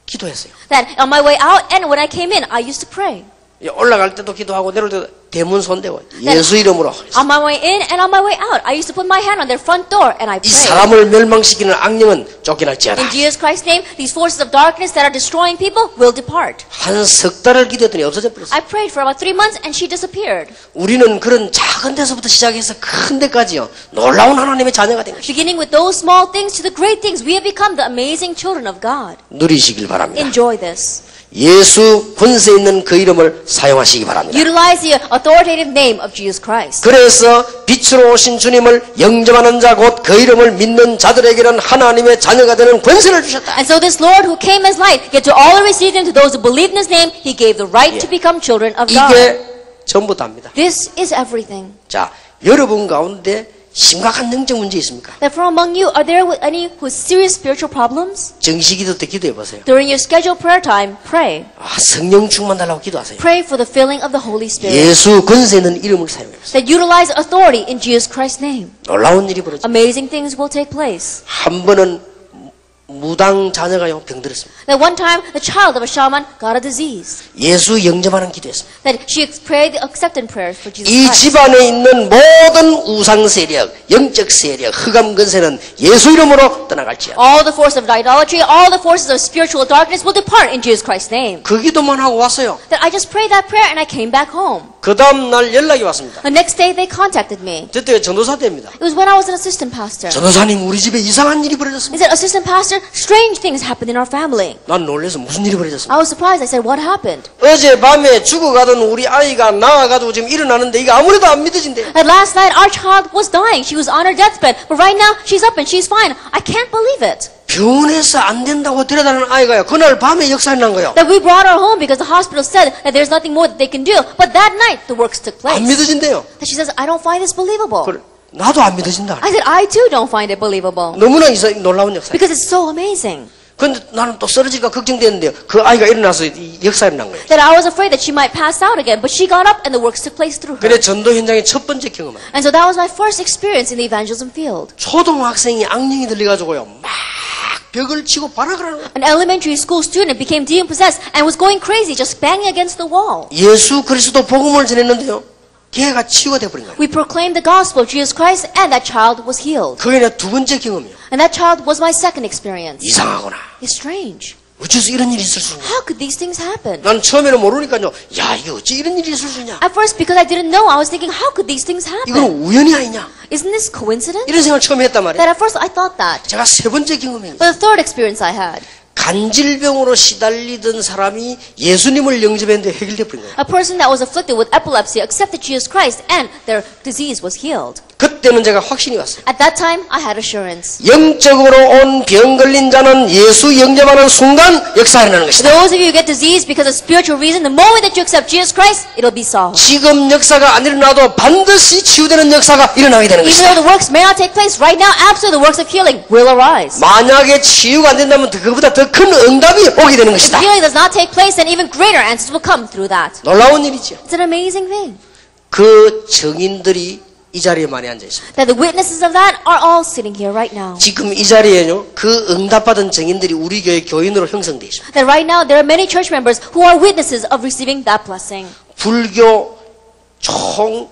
A: 기도했어요.
B: That on my way out and when I came in, I used to pray.
A: 예, 올라갈 때도 기도하고 내려올 때도 대문 손대고 예수 이름으로
B: On my way in and on my way out, I used to put my hand on their front door and I
A: 이
B: prayed.
A: 사람을 멸망시키는 악령은 쫓겨날지어다.
B: In Jesus Christ's name, these forces of darkness that are destroying people will depart.
A: 한 석 달을 기도했더니 없어져 버렸어요.
B: I prayed for about three months and she disappeared.
A: 우리는 그런 작은 데서부터 시작해서 큰 데까지요. 놀라운 하나님의 자녀가 된 것이
B: Beginning with those small things to the great things, we have become the amazing children of God.
A: 누리시길 바랍니다.
B: Enjoy this.
A: 예수 권세 있는 그 이름을 사용하시기 바랍니다.
B: Utilize the authoritative name of Jesus Christ.
A: 그래서 빛으로 오신 주님을 영접하는 자 곧 그 이름을 믿는 자들에게는 하나님의 자녀가 되는 권세를 주셨다.
B: And so this Lord who came as light, yet to all who received him, to those who believed in his name, he gave the right to become children of God.
A: 이게 전부 다입니다.
B: This is everything.
A: 자, 여러분 가운데 심각한 영적 문제 있습니까?
B: That from among you, are there any who has serious spiritual problems?
A: 정시 기도 때 기도해 보세요.
B: During your scheduled prayer time, pray.
A: 아, 성령 충만 달라고 기도하세요.
B: Pray for the filling of the Holy Spirit.
A: 예수 권세 있는 이름을 사용해 보세요.
B: That utilize authority in Jesus Christ's name.
A: 놀라운 일이 벌어져.
B: Amazing things will take place.
A: 한 번은 무당 자녀가요 병들었습니다.
B: That one time, the child of a shaman got a disease.
A: 예수 영접하는 기도했습니다.
B: That she ex- prayed the acceptance prayers for Jesus
A: 이
B: Christ.
A: 집 안에 있는 모든 우상 세력, 영적 세력, 흑암 근세는 예수 이름으로 떠나갈지어다.
B: All the force of idolatry, all the forces of spiritual darkness will depart in Jesus Christ's name.
A: 그 기도만 하고 왔어요.
B: That I just prayed that prayer and I came back home.
A: 그 다음 날 연락이 왔습니다.
B: The next day, they contacted me.
A: 저때 전도사 때입니다.
B: It was when I was an assistant pastor.
A: 전도사님 우리 집에 이상한 일이
B: He
A: 벌어졌습니다.
B: said, Assistant pastor, strange things happened in our family.
A: 난 놀래서 무슨 일이 벌어졌습니까?
B: I was surprised. I said, What happened?
A: 어제 밤에 죽어가던 우리 아이가 나아가지고 지금 일어나는데 이게 아무래도 안 믿어진대요.
B: That last night our child was dying. She was on her deathbed. But right now she's up and she's fine. I can't believe it.
A: 병원에서 안 된다고 데려다는 아이가요. 그날 밤에 역사에 난 거예요.
B: That we brought her home because the hospital said that there's nothing more that they can do. But that night the works took
A: 안
B: place.
A: 믿어진대요.
B: That she says, I don't find this believable.
A: 그걸 나도 안 믿어진다.
B: I said, I too don't find it believable.
A: 너무나 이사- 놀라운 역사.
B: Because it's so amazing.
A: 근데 나는 또 쓰러질까 걱정되는데요. 그 아이가 일어나서 이 역사를 난 거예요.
B: That I was afraid that she might pass out again, but she got up and the works took place through her.
A: 그래 전도 현장의 첫 번째 경험은
B: And so that was my first experience in the evangelism field.
A: 초등학생이 악령이 들려가지고요 막 벽을 치고 발악을 하는 거예요.
B: An elementary school student became demon possessed and was going crazy, just banging against the wall.
A: 예수 그리스도 복음을 전했는데요. 걔가 치유가 돼버린 거예요.
B: We proclaimed the gospel of Jesus Christ, and that child was healed.
A: 그게 내 두 번째 경험이요.
B: And that child was my second experience.
A: 이상하구나.
B: It's strange.
A: 어째서 이런 일이 있을 수 있냐?
B: How could these things happen?
A: 난 처음에는 모르니까요. 야, 이게 어째 이런 일이 있을 수 있냐?
B: At first, because I didn't know, I was thinking, how could these things
A: 이건
B: happen?
A: 우연이 아니냐?
B: Isn't this coincidence?
A: 이런 생각을 처음에 했단 말이에요.
B: That at first I thought that.
A: 제가 세 번째 경험입니다.
B: But the third experience I had,
A: 간질병으로 시달리던 사람이 예수님을 영접했는데 해결돼 버린 거예요.
B: a person that was afflicted with epilepsy accepted Jesus Christ and their disease was healed.
A: 그때는 제가 확신이 왔어요.
B: At that time, I had assurance.
A: 영적으로 온 병 걸린 자는 예수 영접하는 순간 역사 일어나는 것이다.
B: Those of you who get disease because of spiritual reason, the moment that you accept Jesus Christ, it'll be solved.
A: 지금 역사가 안 일어나도 반드시 치유되는 역사가 일어나게 되는
B: Even
A: 것이다.
B: though the works may not take place right now, absolutely the works of healing will arise.
A: 만약에 치유가 안 된다면 그것보다 더 큰 응답이 오게 되는
B: If
A: 것이다.
B: healing does not take place, then even greater answers will come through that.
A: 놀라운 일이죠.
B: It's an amazing thing
A: 그 증인들이 이 자리에 많이 앉아 있습니다.
B: that the witnesses of that are all sitting here right now.
A: 지금 이 자리에요. 그 응답받은 증인들이 우리 교회 교인으로 형성돼 있습니다.
B: That right now there are many church members who are witnesses of receiving that blessing.
A: 불교 총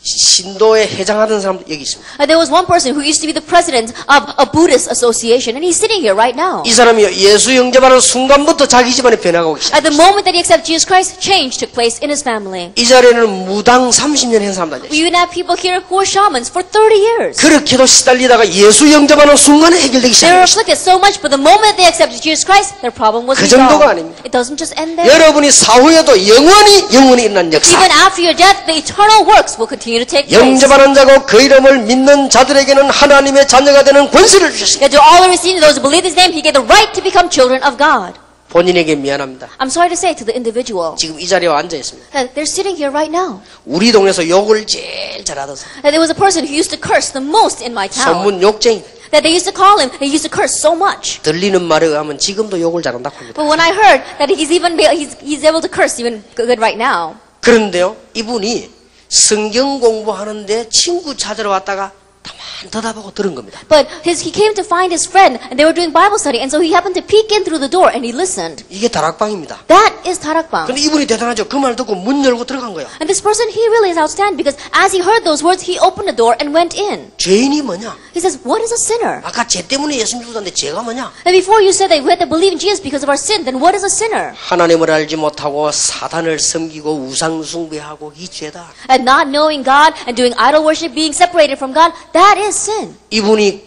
A: 신도에 해장하던 사람 여기 있습니다.
B: Uh, there was one person who used to be the president of a Buddhist association, and he's sitting here right now.
A: 이 사람이 예수 영접하는 순간부터 자기 집안에 변화가 오기 시작.
B: At the moment that he accepted Jesus Christ, change took place in his family.
A: 이 자리에는 무당 30년 한 사람 앉아
B: We
A: 있습니다.
B: even have people here who are shamans for 30 years.
A: 그렇게도 시달리다가 예수 영접하는 순간에 해결되기
B: They
A: 시작합니다.
B: were afflicted so much, but the moment they accepted Jesus Christ, their problem was
A: 그
B: resolved.
A: 정도가 아닙니다.
B: It doesn't just end there.
A: 여러분이 사후에도 영원히 영원히 일어난 역사.
B: Even after your death, the eternal works will continue to take place.
A: 영접하는 자고 그 이름을 믿는 자들에게는 하나님의 자녀가 되는 권세를 주셨습니다.
B: Yet to all who receive those who believe his name, he gave the right to become children of God.
A: 본인에게 미안합니다.
B: I'm sorry to say to the individual
A: 지금 이 자리에 앉아 있습니다.
B: that Uh, they're sitting here right now.
A: 우리 동네에서 욕을 제일 잘하던 사람.
B: That there was a person who used to curse the most in my town.
A: 전문 욕쟁이.
B: That they used to call him, they used to curse so much.
A: 들리는 말에 의하면 지금도 욕을 잘한다고 합니다.
B: But when I heard that he's even be- he's, he's able to curse even good right now.
A: 그런데요, 이분이 성경 공부하는데 친구 찾으러 왔다가 다만 쳐다보고 들은 겁니다.
B: But his, he came to find his friend, and they were doing Bible study, and so he happened to peek in through the door, and he listened.
A: 이게 다락방입니다.
B: That is Tarakbang.
A: 근데 이분이 대단하죠. 그 말 듣고 문 열고 들어간 거야.
B: And this person, he really is outstanding because as he heard those words, he opened the door and went in.
A: 죄인이 뭐냐?
B: He says, What is a sinner?
A: 아까 죄 때문에 예수 믿었는데 죄가 뭐냐?
B: And before you said that we had to believe in Jesus because of our sin, then what is a sinner?
A: 하나님을 알지 못하고 사단을 섬기고 우상 숭배하고 이 죄다.
B: And not knowing God and doing idol worship, being separated from God, that is sin.
A: 이분이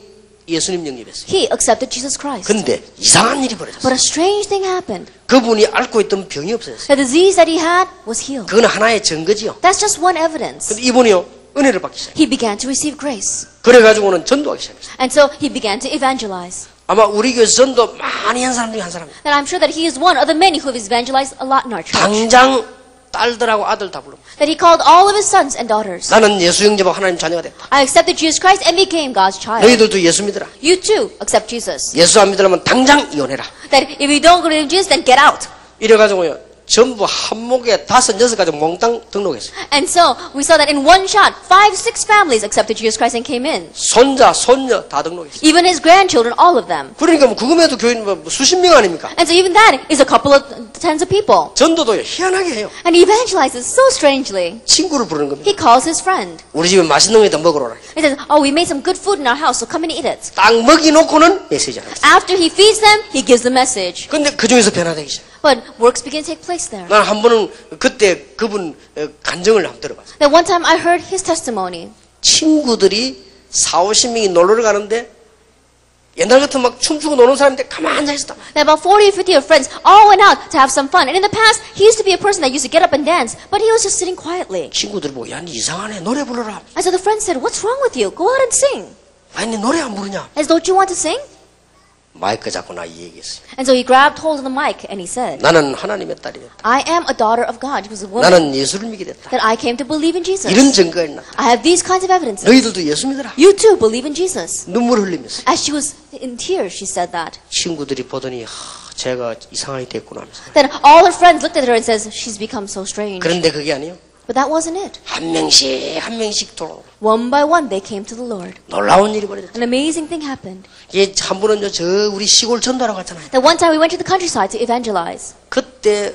A: 예수님 영접했어요.
B: He accepted Jesus Christ.
A: 근데 이상한 일이 벌어졌어요.
B: But a strange thing happened.
A: 그분이 앓고 있던 병이 없어졌어요.
B: The disease that he had was healed.
A: 그건 하나의 증거지요.
B: That's just one evidence.
A: 근데 이분이요 은혜를 받기 시작.
B: He began to receive grace.
A: 그래가지고는 전도하기 시작했어요.
B: And so he began to evangelize.
A: 아마 우리 교회 전도 많이 한 사람 중에 한 사람이에요.
B: And I'm sure that he is one of the many who have evangelized a lot in our church.
A: 당장 딸들하고 아들 다 불러.
B: That he called all of his sons and daughters.
A: 나는 예수 영접하고 하나님 자녀가 됐다.
B: I accepted Jesus Christ and became God's child.
A: 너희들도 예수 믿어라.
B: You too accept Jesus.
A: 예수 안 믿으려면 당장 이혼해라.
B: That if you don't believe in Jesus, then get out.
A: 이래가지고요. 전부 한목에 다섯 여섯 가지 몽땅 등록했어요.
B: And so we saw that in one shot, five, six families accepted Jesus Christ and came in.
A: 손자, 손녀 다 등록했어요.
B: Even his grandchildren, all of them.
A: 그러니까 뭐 그거만 해도 교인 뭐 수십 명 아닙니까?
B: And so even that is a couple of tens of people.
A: 전도도 희한하게 해요.
B: And he evangelizes so strangely.
A: 친구를 부르는 겁니다.
B: He calls his friend.
A: 우리 집에 맛있는 거에다 먹으러 오라.
B: He says, Oh, we made some good food in our house, so come and eat it.
A: 딱 먹이놓고는 메시지 하는 거예요.
B: After he feeds them, he gives the message.
A: 근데 그 중에서 변화되기 시작.
B: But works begin to take place there.
A: 나는 한 번은 그때 그분 어, 간증을 한번 들어봤어요.
B: Then one time I heard his testimony.
A: 친구들이 4, 50명이 놀러 가는데 옛날 같으면 막 춤추고 노는 사람인데 가만히 앉아있었단 말이야.
B: That about 40 or 50 of friends all went out to have some fun. And in the past, he used to be a person that used to get up and dance, but he was just sitting quietly.
A: 친구들이 보고 야니 이상하네 노래 불러라.
B: And so the friend said, What's wrong with you? Go out and sing.
A: 왜니 노래 안 부르냐.
B: As don't you want to sing?
A: 마이크 잡고 나 이 얘기했어.
B: And so he grabbed hold of the mic and he said,
A: 나는 하나님의 딸이다.
B: I am a daughter of God. She was a woman.
A: 나는 예수를 믿게 됐다.
B: that I came to believe in Jesus.
A: 이런 증거가 있나.
B: I have these kinds of evidences.
A: 너희들도 예수 믿어라.
B: You too believe in Jesus.
A: 눈물 흘리면서
B: As she was in tears, she said that.
A: 친구들이 보더니 하, 제가 이상하게 됐구나 하면서.
B: Then all her friends looked at her and says, she's become so strange.
A: 그런데 그게 아니에요.
B: But that wasn't it.
A: 한 명씩 한 명씩 돌아오고
B: One by one, they came to the Lord.
A: 놀라운 일이 벌어졌죠.
B: An amazing thing happened.
A: 이게 한 번은요 저 우리 시골 전도하러 갔잖아요.
B: That one time we went to the countryside to evangelize.
A: 그때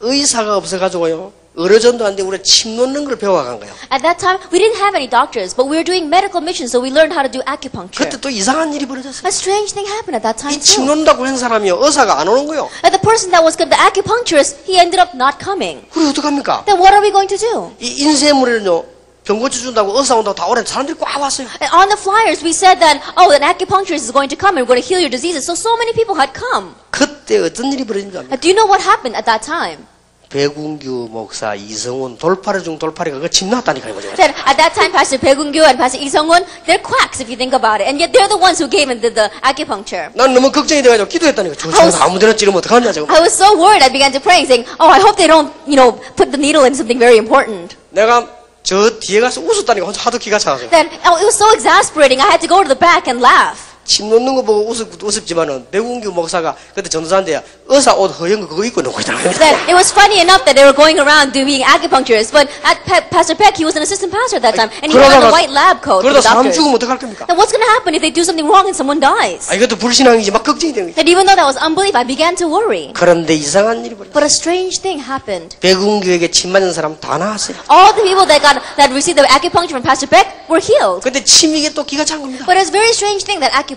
A: 의사가 없어가지고요 의료전도하는데 우리가 침 놓는 걸 배워간 거예요.
B: At that time, we didn't have any doctors, but we were doing medical missions, so we learned how to do
A: 그때
B: acupuncture.
A: 또 이상한 일이 벌어졌어요.
B: A strange thing happened at that time
A: 이 침
B: too.
A: 놓는다고 한 사람이요. 의사가 안 오는 거요.
B: And the person that was the acupuncturist, he ended up not coming.
A: 그럼 어떡합니까?
B: Then what are we going to do?
A: 이 인쇄물을요. 병 고쳐준다고 의사 온다고 다 오래 사람들이 꽉 왔어요.
B: And on the flyers, we said that, oh, an acupuncturist is going to come and we're going to heal your diseases. So, so many people had come.
A: 그때 어떤 일이 벌어진 줄 압니까?
B: And do you know what happened at that time?
A: 배군규 목사 이성훈 돌파리 중 돌파리가 그침 놨다니까요. 그죠?
B: Then at that time, Pastor Baekungyu and Pastor Lee Sung-won, they're quacks if you think about it. And yet they're the ones who came and did the acupuncture.
A: 난 너무 걱정이 돼가지고 기도했다니까. 저 친구 아무데나 찌르면 어떡하냐 지금.
B: I was so worried, I began to pray, saying, oh, I hope they don't, you know, put the needle in something very important.
A: 내가 저 뒤에 가서 웃었다니까. 혼자 하도 기가 차가지고.
B: Then, oh, it was so exasperating, I had to go to the back and laugh.
A: 침 놓는 거 보고 웃었, 웃었지만은 배군규 목사가 그때 전도사인데 의사 옷 허연 거 그거 입고 놓고 있더라고요.
B: Then, it was funny enough that they were going around doing acupuncturists, but at Pe- Pastor Peck, he was an assistant pastor at that time, and he wore the white lab coat for
A: 그러다
B: the
A: 사람
B: doctors.
A: 죽으면 어떡할 겁니까?
B: Then what's going to happen if they do something wrong and someone
A: 아,
B: dies?
A: 이것도 불신앙이지 막 걱정이 되는 거지.
B: That even though that was unbelief, I began to worry.
A: 그런데 이상한 일이 벌어졌어.
B: But a strange thing happened.
A: 배군규에게 침 맞은 사람 다 나왔어요.
B: All the people that got that received the acupuncture from Pastor Beck were healed.
A: 근데 침 이게 또 기가 찬 겁니다.
B: But it's a very strange thing that acupuncture.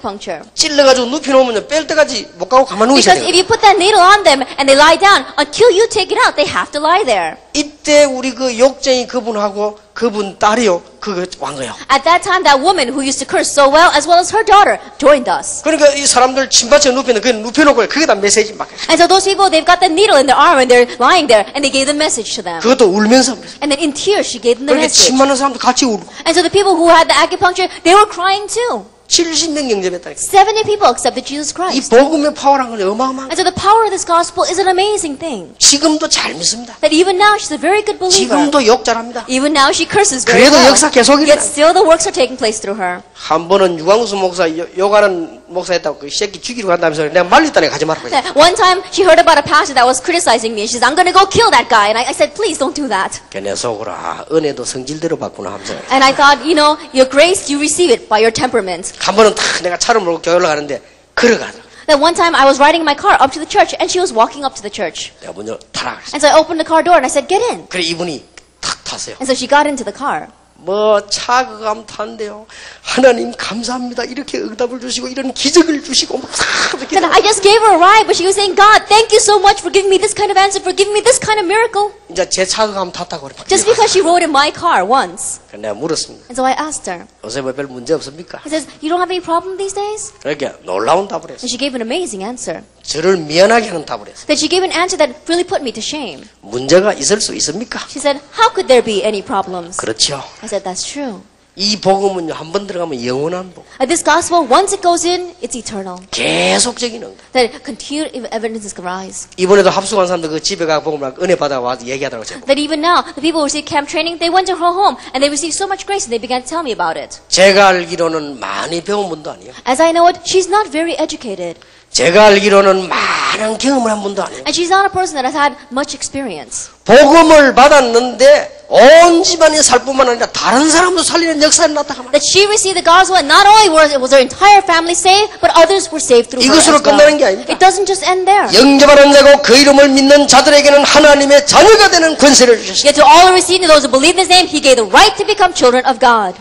A: 찔러가지고 눕혀놓으면 뺄 때까지 못 가고 가만 누우셔야
B: Because
A: 돼요.
B: if you put that needle on them and they lie down, until you take it out, they have to lie there.
A: 이때 우리 그 욕쟁이 그분하고 그분 딸이요. 그거 왕 거예요.
B: At that time, that woman who used to curse so well, as well as her daughter, joined us.
A: 그러니까 이 사람들 침받쳐 눕히는 그 눕혀놓고 그게 다 메시지 막
B: And so those people, they've got the needle in their arm and they're lying there, and they gave the message to them.
A: 그것도 울면서 합니다.
B: And then in tears, she gave them the
A: 그러니까 침
B: message.
A: 맞는 사람도 같이 울고
B: And so the people who had the acupuncture, they were crying too.
A: 70명 영접했다니까.
B: 70 people accepted Jesus
A: 이
B: Christ.
A: 복음의 파워란 건 어마어마한
B: And so the power of this gospel is an amazing thing.
A: 지금도 잘 믿습니다.
B: That even now she's a very good believer.
A: 지금도 욕 잘합니다.
B: Even now she curses very
A: 그래도
B: well.
A: 역사 계속 일어나.
B: Yet still the works are taking place through her.
A: 한 번은 유광수 목사 요- 욕하는 목사였다고 그 새끼 죽이러 간다면서 내가 말렸다니까 가지 말라고 했어요.
B: That One time she heard about a pastor that was criticizing me and she's I'm gonna go kill that guy and I, I said please don't do that.
A: 걔네 속으로 아 은혜도 성질대로 받구나 하면서
B: And I thought you know your grace you receive it by your temperament.
A: 한 번은 다 내가 차를 몰고 교회로 가는데 걸어가더라고.
B: That one time I was riding my car up to the church and she was walking up to the church
A: 내가 먼저 타라 그랬어.
B: and so I opened the car door and I said get in
A: 그래 이분이 탁 타세요.
B: and so she got into the car.
A: 뭐 차가감 탄데요. 하나님 감사합니다. 이렇게 응답을 주시고 이런 기적을 주시고 막 이렇게
B: Then I just gave her a ride but she was saying God thank you so much for giving me this kind of answer for giving me this kind of miracle
A: 이제 제 차가감 탔다고 그래.
B: just because she rode in my car once.
A: 그래, 내가 물었습니다.
B: And so I asked her.
A: 요새 뭐별 문제 없습니까?
B: He says, You don't have any problem these days?
A: 그렇게 놀라운 답을 했어요.
B: And she gave an amazing answer.
A: 저를 미안하게 하는 답을 했어요.
B: That she gave an answer that really put me to shame.
A: 문제가 있을 수 있습니까?
B: She said, How could there be any problems?
A: 그렇죠.
B: I said, That's true.
A: 이 복음은요 한 번 들어가면 영원한 복.
B: Uh, This gospel, once it goes in, it's eternal.
A: 계속적인 응답.
B: That continued ev- evidences can rise.
A: 이번에도 합숙한 사람들 그 집에 가 복음을 은혜 받아 와서 얘기하더라고요. 제가.
B: That even now, the people who received camp training, they went to her home and they received so much grace and they began to tell me about it.
A: 제가 알기로는 많이 배운 분도 아니에요.
B: As I know it, she's not very educated.
A: 제가 알기로는 많은 경험을 한 분도 아니에요.
B: And she's not a person that has had much experience.
A: 복음을 받았는데 온 집안이 살 뿐만 아니라 다른 사람도 살리는 역사에 나타나.
B: That she received the gospel and not only was, was her entire family saved, but others were saved through her as
A: 이것으로
B: well.
A: 끝나는 게 아닙니다.
B: It doesn't just end there.
A: 영접하는 자고 그 이름을 믿는 자들에게는 하나님의 자녀가 되는 권세를 주셨습니다.
B: Yet to all who received and those who believe in his name, he gave the right to become children of God.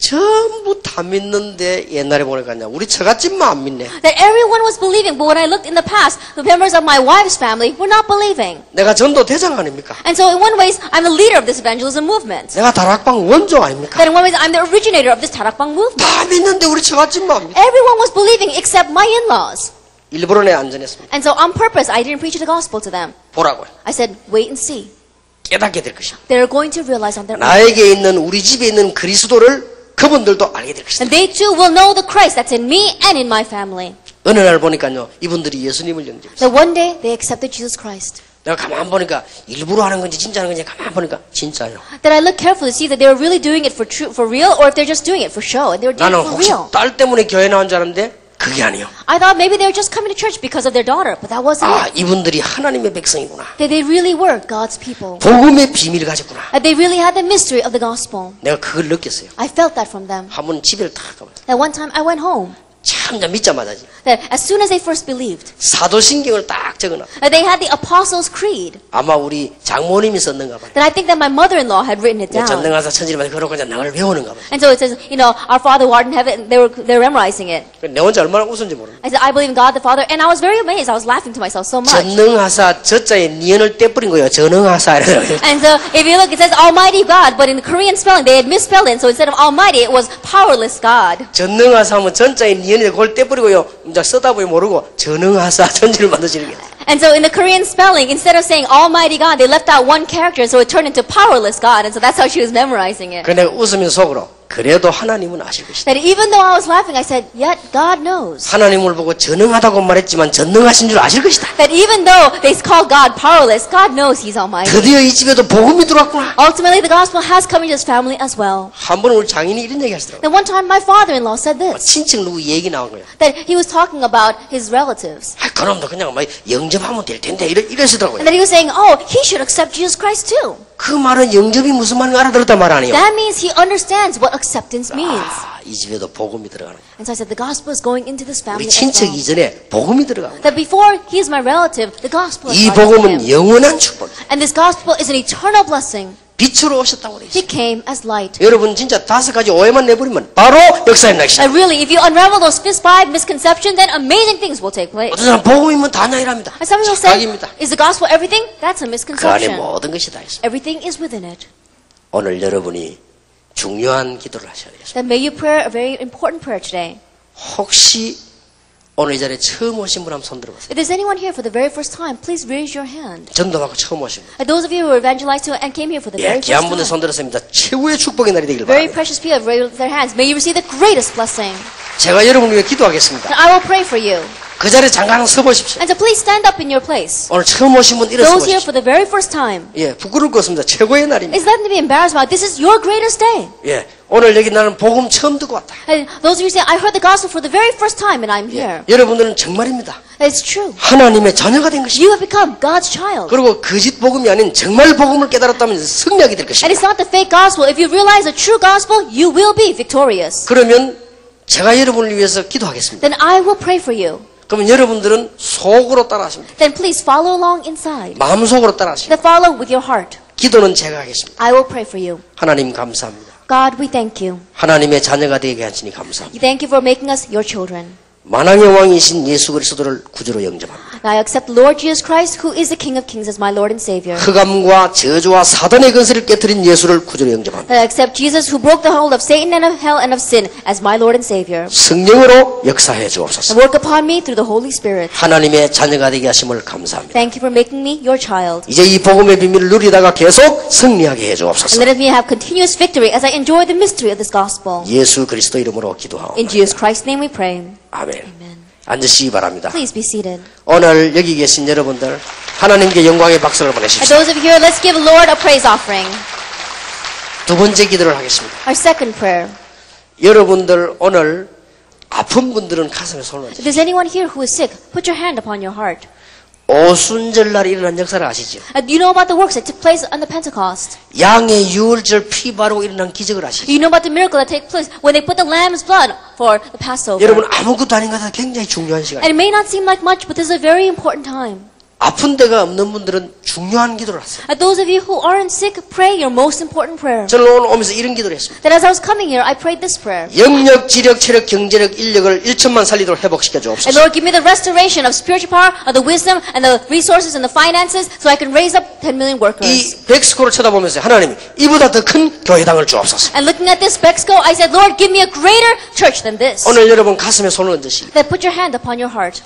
A: 전부 다 믿는데 옛날에 보니까 그냥 우리 처갓집만 안 믿네.
B: That everyone was believing, but when I looked in the past, the members of my wife's family were not believing.
A: 내가 전도 대장 아닙니까?
B: And so in one ways, I'm the leader of this evangelism movement.
A: 내가 다락방 원조 아닙니까?
B: That in one ways, I'm the originator of this Tarakbang movement.
A: 다 믿는데 우리 처갓집만 안 믿네.
B: Everyone was believing except my in-laws.
A: 일부러 내 안전했습니다.
B: And so on purpose, I didn't preach the gospel to them.
A: 보라고요.
B: I said, wait and see.
A: 깨닫게 될 것이다.
B: They're going to realize on their own.
A: 나에게 있는 우리 집에 있는 그리스도를 그분들도 알게 될 것이다.
B: And they too will know the Christ that's in me and in my family.
A: 어느 날 보니까요. 이분들이 예수님을 영접.
B: That one day they accepted Jesus Christ.
A: 내가 가만 보니까 일부러 하는 건지 진짜 하는 건지 가만 보니까 진짜요.
B: That I look carefully to see that they were really doing it for true, for real, or if they're just doing it for show and they were doing
A: 나는
B: it for
A: 혹시
B: real.
A: 딸 때문에 교회 나온 줄 알았는데 그게 아니요.
B: I thought maybe they were just coming to church because of their daughter, but that wasn't
A: 아
B: it.
A: 이분들이 하나님의 백성이구나.
B: That they really were God's people.
A: 복음의 비밀을 가졌구나.
B: That they really had the mystery of the gospel.
A: 내가 그걸 느꼈어요.
B: I felt that from them.
A: 한 번 집에를 탁 가면
B: That one time I went home
A: 참 참자 믿자마자지.
B: That as soon as they first believed,
A: 사도신경을 딱 적어놔.
B: uh, they had the Apostles' Creed.
A: 아마 우리 장모님이 썼는가 봐.
B: That I think that my mother-in-law had written it down.
A: 전능하사 천지를만 걸어 그냥 나를 배우는가 봐.
B: And so it says, you know, our Father who art in heaven. They were they were memorizing it.
A: 내 혼자 얼마나 웃은지 모르는.
B: I said, I believe in God the Father, and I was very amazed. I was laughing to myself so much.
A: 전능하사 저자에 니은을 떼뿌린 거예요. 전능하사 이래서.
B: And so, if you look, it says Almighty God, but in the Korean spelling, they had misspelled it. So instead of Almighty, it was Powerless God.
A: 전능하사 하면 전자에 니은이 그걸 떼뿌리고요. 이제 쓰다 보니 모르고 전능하사 <laughs> 천지를 만드시는 게.
B: And so, in the Korean spelling, instead of saying Almighty God, they left out one character, so it turned into Powerless God. And so that's how she was memorizing it.
A: 그 내가 웃으면 속으로 그래도 하나님은 아실 것이다.
B: That even though I was laughing, I said, Yet God knows.
A: 하나님을 보고 전능하다고 말했지만 전능하신 줄 아실 것이다.
B: That even though they call God powerless, God knows He's Almighty.
A: 드디어 이 집에도 복음이 들어왔구나.
B: Ultimately, the gospel has come into His family as well.
A: 한 번은 우리 장인이 이런 얘기 하시더라고.
B: Then one time, my father-in-law said this.
A: 친척 누구 얘기 나온 거야.
B: That he was talking about his relatives.
A: 아, 그놈도 그냥 막 영접하면 될 텐데 이러, 이러시더라고요.
B: And then he was saying, oh, he should accept Jesus Christ too.
A: 그 말은 영접이 무슨 말인가 알아들었단 말 아니에요.
B: That means he understands what acceptance means.
A: 아, 이 집에도 복음이 들어가는 거야.
B: And so I said, the gospel is going into this
A: 우리
B: family. as
A: 친척
B: well."
A: 이전에 복음이 들어가고
B: That before he is my relative, the gospel is
A: 이 복음은
B: him.
A: 영원한 축복.
B: And this gospel is an eternal blessing.
A: 빛으로 오셨다고 그래.
B: He came as light.
A: 여러분 진짜 다섯 가지 오해만 내버리면 바로 역사의 낚시.
B: And really, if you unravel those first five misconceptions, then amazing things will take place.
A: 어떤 사람 복음이면 다냐이랍니다.
B: And some people say,
A: 착각입니다.
B: is the gospel everything? That's a
A: 아, 그 안에
B: misconception.
A: 모든 것이 다 있어.
B: Everything is within it.
A: 오늘 여러분이 중요한 기도를 하셔야 돼요.
B: Then may you pray a very important prayer today.
A: 혹시 오늘 이 자리에 처음 오신 분 한번 손 들어보세요.
B: If there's anyone here for the very first time, please raise your hand.
A: 전도하고 처음 오신 분.
B: And those of you who were evangelized to and came here for the
A: 예,
B: very
A: 귀한 분들
B: first time,
A: 손 들었습니다. 네. 최고의 축복의 날이 되길
B: very
A: 바랍니다.
B: precious people have raised their hands. May you receive the greatest blessing.
A: 제가 여러분 위해 기도하겠습니다.
B: And I will pray for you.
A: 그 자리에 잠깐 서보십시오.
B: And so please stand up in your place.
A: 오늘 처음 오신 분 일어서
B: Those here
A: 보십시오.
B: for the very first time,
A: 예, 부끄러울 것 없습니다. 최고의 날입니다.
B: it's nothing to be embarrassed about. This is your greatest day.
A: 예, 오늘 여기 나는 복음 처음 듣고 왔다.
B: And those of you who say, I heard the gospel for the very first time and I'm here.
A: 여러분들은 정말입니다.
B: It's true.
A: 하나님의 자녀가 된 것입니다.
B: You have become God's child.
A: 그리고 거짓 복음이 아닌 정말 복음을 깨달았다면 승리하게 될
B: And
A: 것입니다.
B: it's not the fake gospel. If you realize the true gospel, you will be victorious.
A: 그러면 제가 여러분을 위해서 기도하겠습니다.
B: Then I will pray for you.
A: 그러면 여러분들은 속으로 따라하십니다.
B: Then please follow along inside.
A: 마음속으로 따라하십니다.
B: Then follow with your heart.
A: 기도는 제가 하겠습니다.
B: I will pray for you.
A: 하나님 감사합니다.
B: God, we thank you.
A: 하나님의 자녀가 되게 하시니 감사합니다.
B: We Thank you for making us your children.
A: 만왕의 왕이신 예수 그리스도를 구주로 영접합니다.
B: And I accept Lord Jesus Christ, who is the King of Kings, as my Lord and Savior.
A: 흑암과 저주와 사단의 근세를 깨뜨린 예수를 구주로 영접합니다.
B: And I accept Jesus, who broke the hold of Satan and of hell and of sin, as my Lord and Savior.
A: 성령으로 역사해 주옵소서.
B: And work upon me through the Holy Spirit.
A: 하나님의 자녀가 되게 하심을 감사합니다.
B: Thank you for making me your child.
A: 이제 이 복음의 비밀을 누리다가 계속 승리하게 해
B: And
A: 주옵소서.
B: let me have continuous victory as I enjoy the mystery of this gospel.
A: 예수 그리스도 이름으로
B: In
A: 기도하옵나이다.
B: Jesus Christ's name we pray.
A: 아멘.
B: Amen.
A: 앉으시기 바랍니다.
B: Please be seated.
A: 오늘 여기 계신 여러분들 하나님께 영광의 박수를
B: And
A: 보내십시오.
B: those of you here, let's give Lord a praise offering.
A: 두 번째 기도를 하겠습니다.
B: Our second prayer.
A: 여러분들 오늘 아픈 분들은 가슴에 손을 얹으세요.
B: If there's anyone here who is sick, put your hand upon your heart.
A: 오순절 날 일어난 역사를 아시죠?
B: And you know about the works that took place on the Pentecost.
A: 양의 유월절 피 바르고 일어난 기적을 아시죠?
B: You know about the miracle that took place when they put the lamb's blood for the Passover.
A: 여러분 아무것도 아닌 것 같아서 굉장히 중요한 시간입니다.
B: And it may not seem like much, but this is a very important time.
A: 아픈 데가 없는 분들은 중요한 기도를 하세요.
B: And those of you who aren't sick, pray your most important prayer.
A: 저는 오늘 오면서 이런 기도를 했습니다.
B: That as I was coming here, I prayed this prayer.
A: 영력, 지력, 체력, 경제력, 인력을 1천만 살리도록 회복시켜
B: And
A: 주옵소서.
B: Lord, give me the restoration of spiritual power, of the wisdom, and the resources, and the finances, so I can raise up 10 million workers.
A: 이 백스코를 쳐다보면서 하나님 이보다 더 큰 교회당을 주옵소서.
B: And looking at this Bexco, I said, Lord, give me a greater church than this.
A: 오늘 여러분 가슴에 손을 얹으시고
B: Then put your hand upon your heart.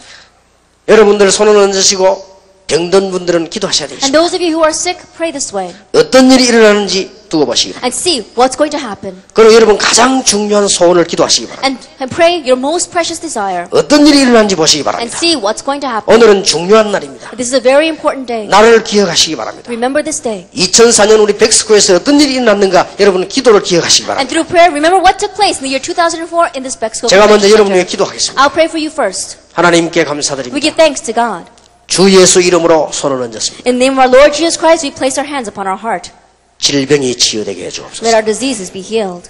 A: 여러분들 손을 얹으시고 병든 분들은 기도하셔야
B: And
A: 되겠습니다.
B: those of you who are sick, pray this way.
A: 어떤 일이 일어나는지 두고 보시기 바랍니다.
B: And see what's going to happen.
A: 그리고 여러분 가장 중요한 소원을 기도하시기 바랍니다.
B: And, and pray your most precious desire.
A: 어떤 일이 일어나는지 보시기
B: And
A: 바랍니다.
B: see what's going to happen.
A: 오늘은 중요한 날입니다.
B: This is a very important day.
A: 나를 기억하시기 바랍니다.
B: Remember this day.
A: 2004년 우리 백스코에서 어떤 일이 일어났는가 여러분 기도를 기억하시기
B: And
A: 바랍니다.
B: through prayer, remember what took place in the year 2004 in this Bexco.
A: 제가 먼저
B: Convention
A: 여러분 위해
B: Center.
A: 기도하겠습니다.
B: I'll pray for you first.
A: 하나님께
B: We
A: 감사드립니다.
B: give thanks to God.
A: 주 예수 이름으로 손을 얹었습니다.
B: In the name of our Lord Jesus Christ, we place our hands upon our heart.
A: 질병이 치유되게
B: Let
A: 해주옵소서.
B: our diseases be healed.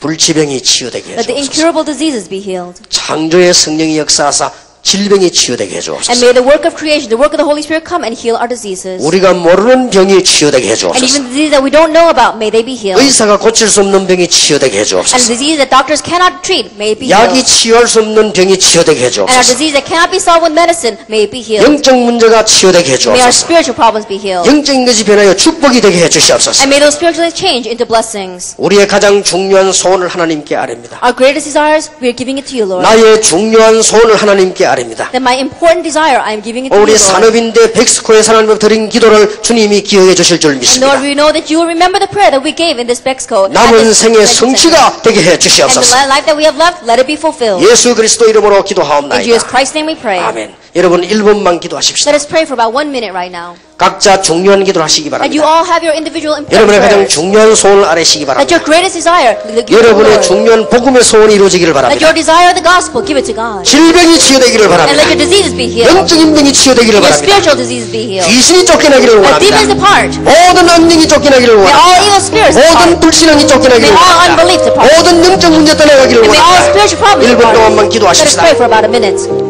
A: 불치병이 치유되게
B: Let the
A: 해주옵소서.
B: incurable diseases be healed.
A: 창조의 성령이 역사하사 질병이 치유되게
B: And
A: 해주옵소서.
B: may the work of creation, the work of the Holy Spirit come and heal our diseases.
A: 우리가 모르는 병이 치유되게
B: And
A: 해주옵소서.
B: even the disease that we don't know about, may they be healed.
A: 의사가 고칠 수 없는 병이 치유되게
B: And the
A: 해주옵소서.
B: disease that doctors cannot treat, may it be healed.
A: 약이 치유할 수 없는 병이 치유되게
B: And our
A: 해주옵소서.
B: disease that cannot be solved with medicine, may it be healed.
A: 영적 문제가 치유되게
B: May our
A: 해주옵소서.
B: spiritual problems be healed.
A: 영적인 것이 변하여 축복이 되게 해주시옵소서.
B: And may those spiritual things change into blessings.
A: 우리의 가장 중요한 소원을 하나님께 아릅니다.
B: Our greatest desires, we are giving it to you, Lord.
A: 나의 중요한 소원을 하나님께 아릅니다.
B: That my important desire, I am giving it to you,
A: 어, 우리
B: Lord.
A: 산업인데 백스코에 하나님 드린 기도를 주님이 기억해 주실 줄
B: And Lord,
A: 믿습니다.
B: we know that you will remember the prayer that we gave in this Bexco. at
A: 남은
B: this
A: 생의
B: convention center.
A: 성취가 되게 해
B: And the
A: 주시옵소서.
B: li- life that we have left, let it be fulfilled.
A: 예수 그리스도 이름으로
B: In Jesus
A: 기도하옵나이다.
B: Christ's name we pray.
A: 아멘. 여러분 1분만 기도하십시오.
B: Let us pray for about one minute right now.
A: 각자 중요한 기도를 하시기
B: That
A: 바랍니다.
B: you all have your individual important
A: 여러분의 가장
B: prayers.
A: 중요한 소원을 아뢰시기
B: That your
A: 바랍니다.
B: greatest desire, give it to the
A: 여러분의
B: Lord.
A: 중요한 복음의 소원이 이루어지기를
B: That
A: 바랍니다.
B: your desire of the gospel, give it to God.
A: 질병이 치유되기를
B: And let your
A: 바랍니다.
B: diseases be healed.
A: 영적인 병이 치유되기를
B: Your
A: 바랍니다.
B: spiritual diseases be healed.
A: 귀신이 쫓겨나기를
B: Let demons
A: 원합니다.
B: depart.
A: 모든 악령이 쫓겨나기를
B: May
A: 원합니다.
B: all evil spirits
A: 모든
B: depart.
A: 불신앙이 쫓겨나기를
B: May all
A: 원합니다.
B: unbelief depart.
A: 모든 영적 문제 떠나가기를
B: And may all
A: 원합니다.
B: spiritual problems
A: 1분
B: depart.
A: 동안만
B: Let us
A: 기도하십시다.
B: pray for about a minute.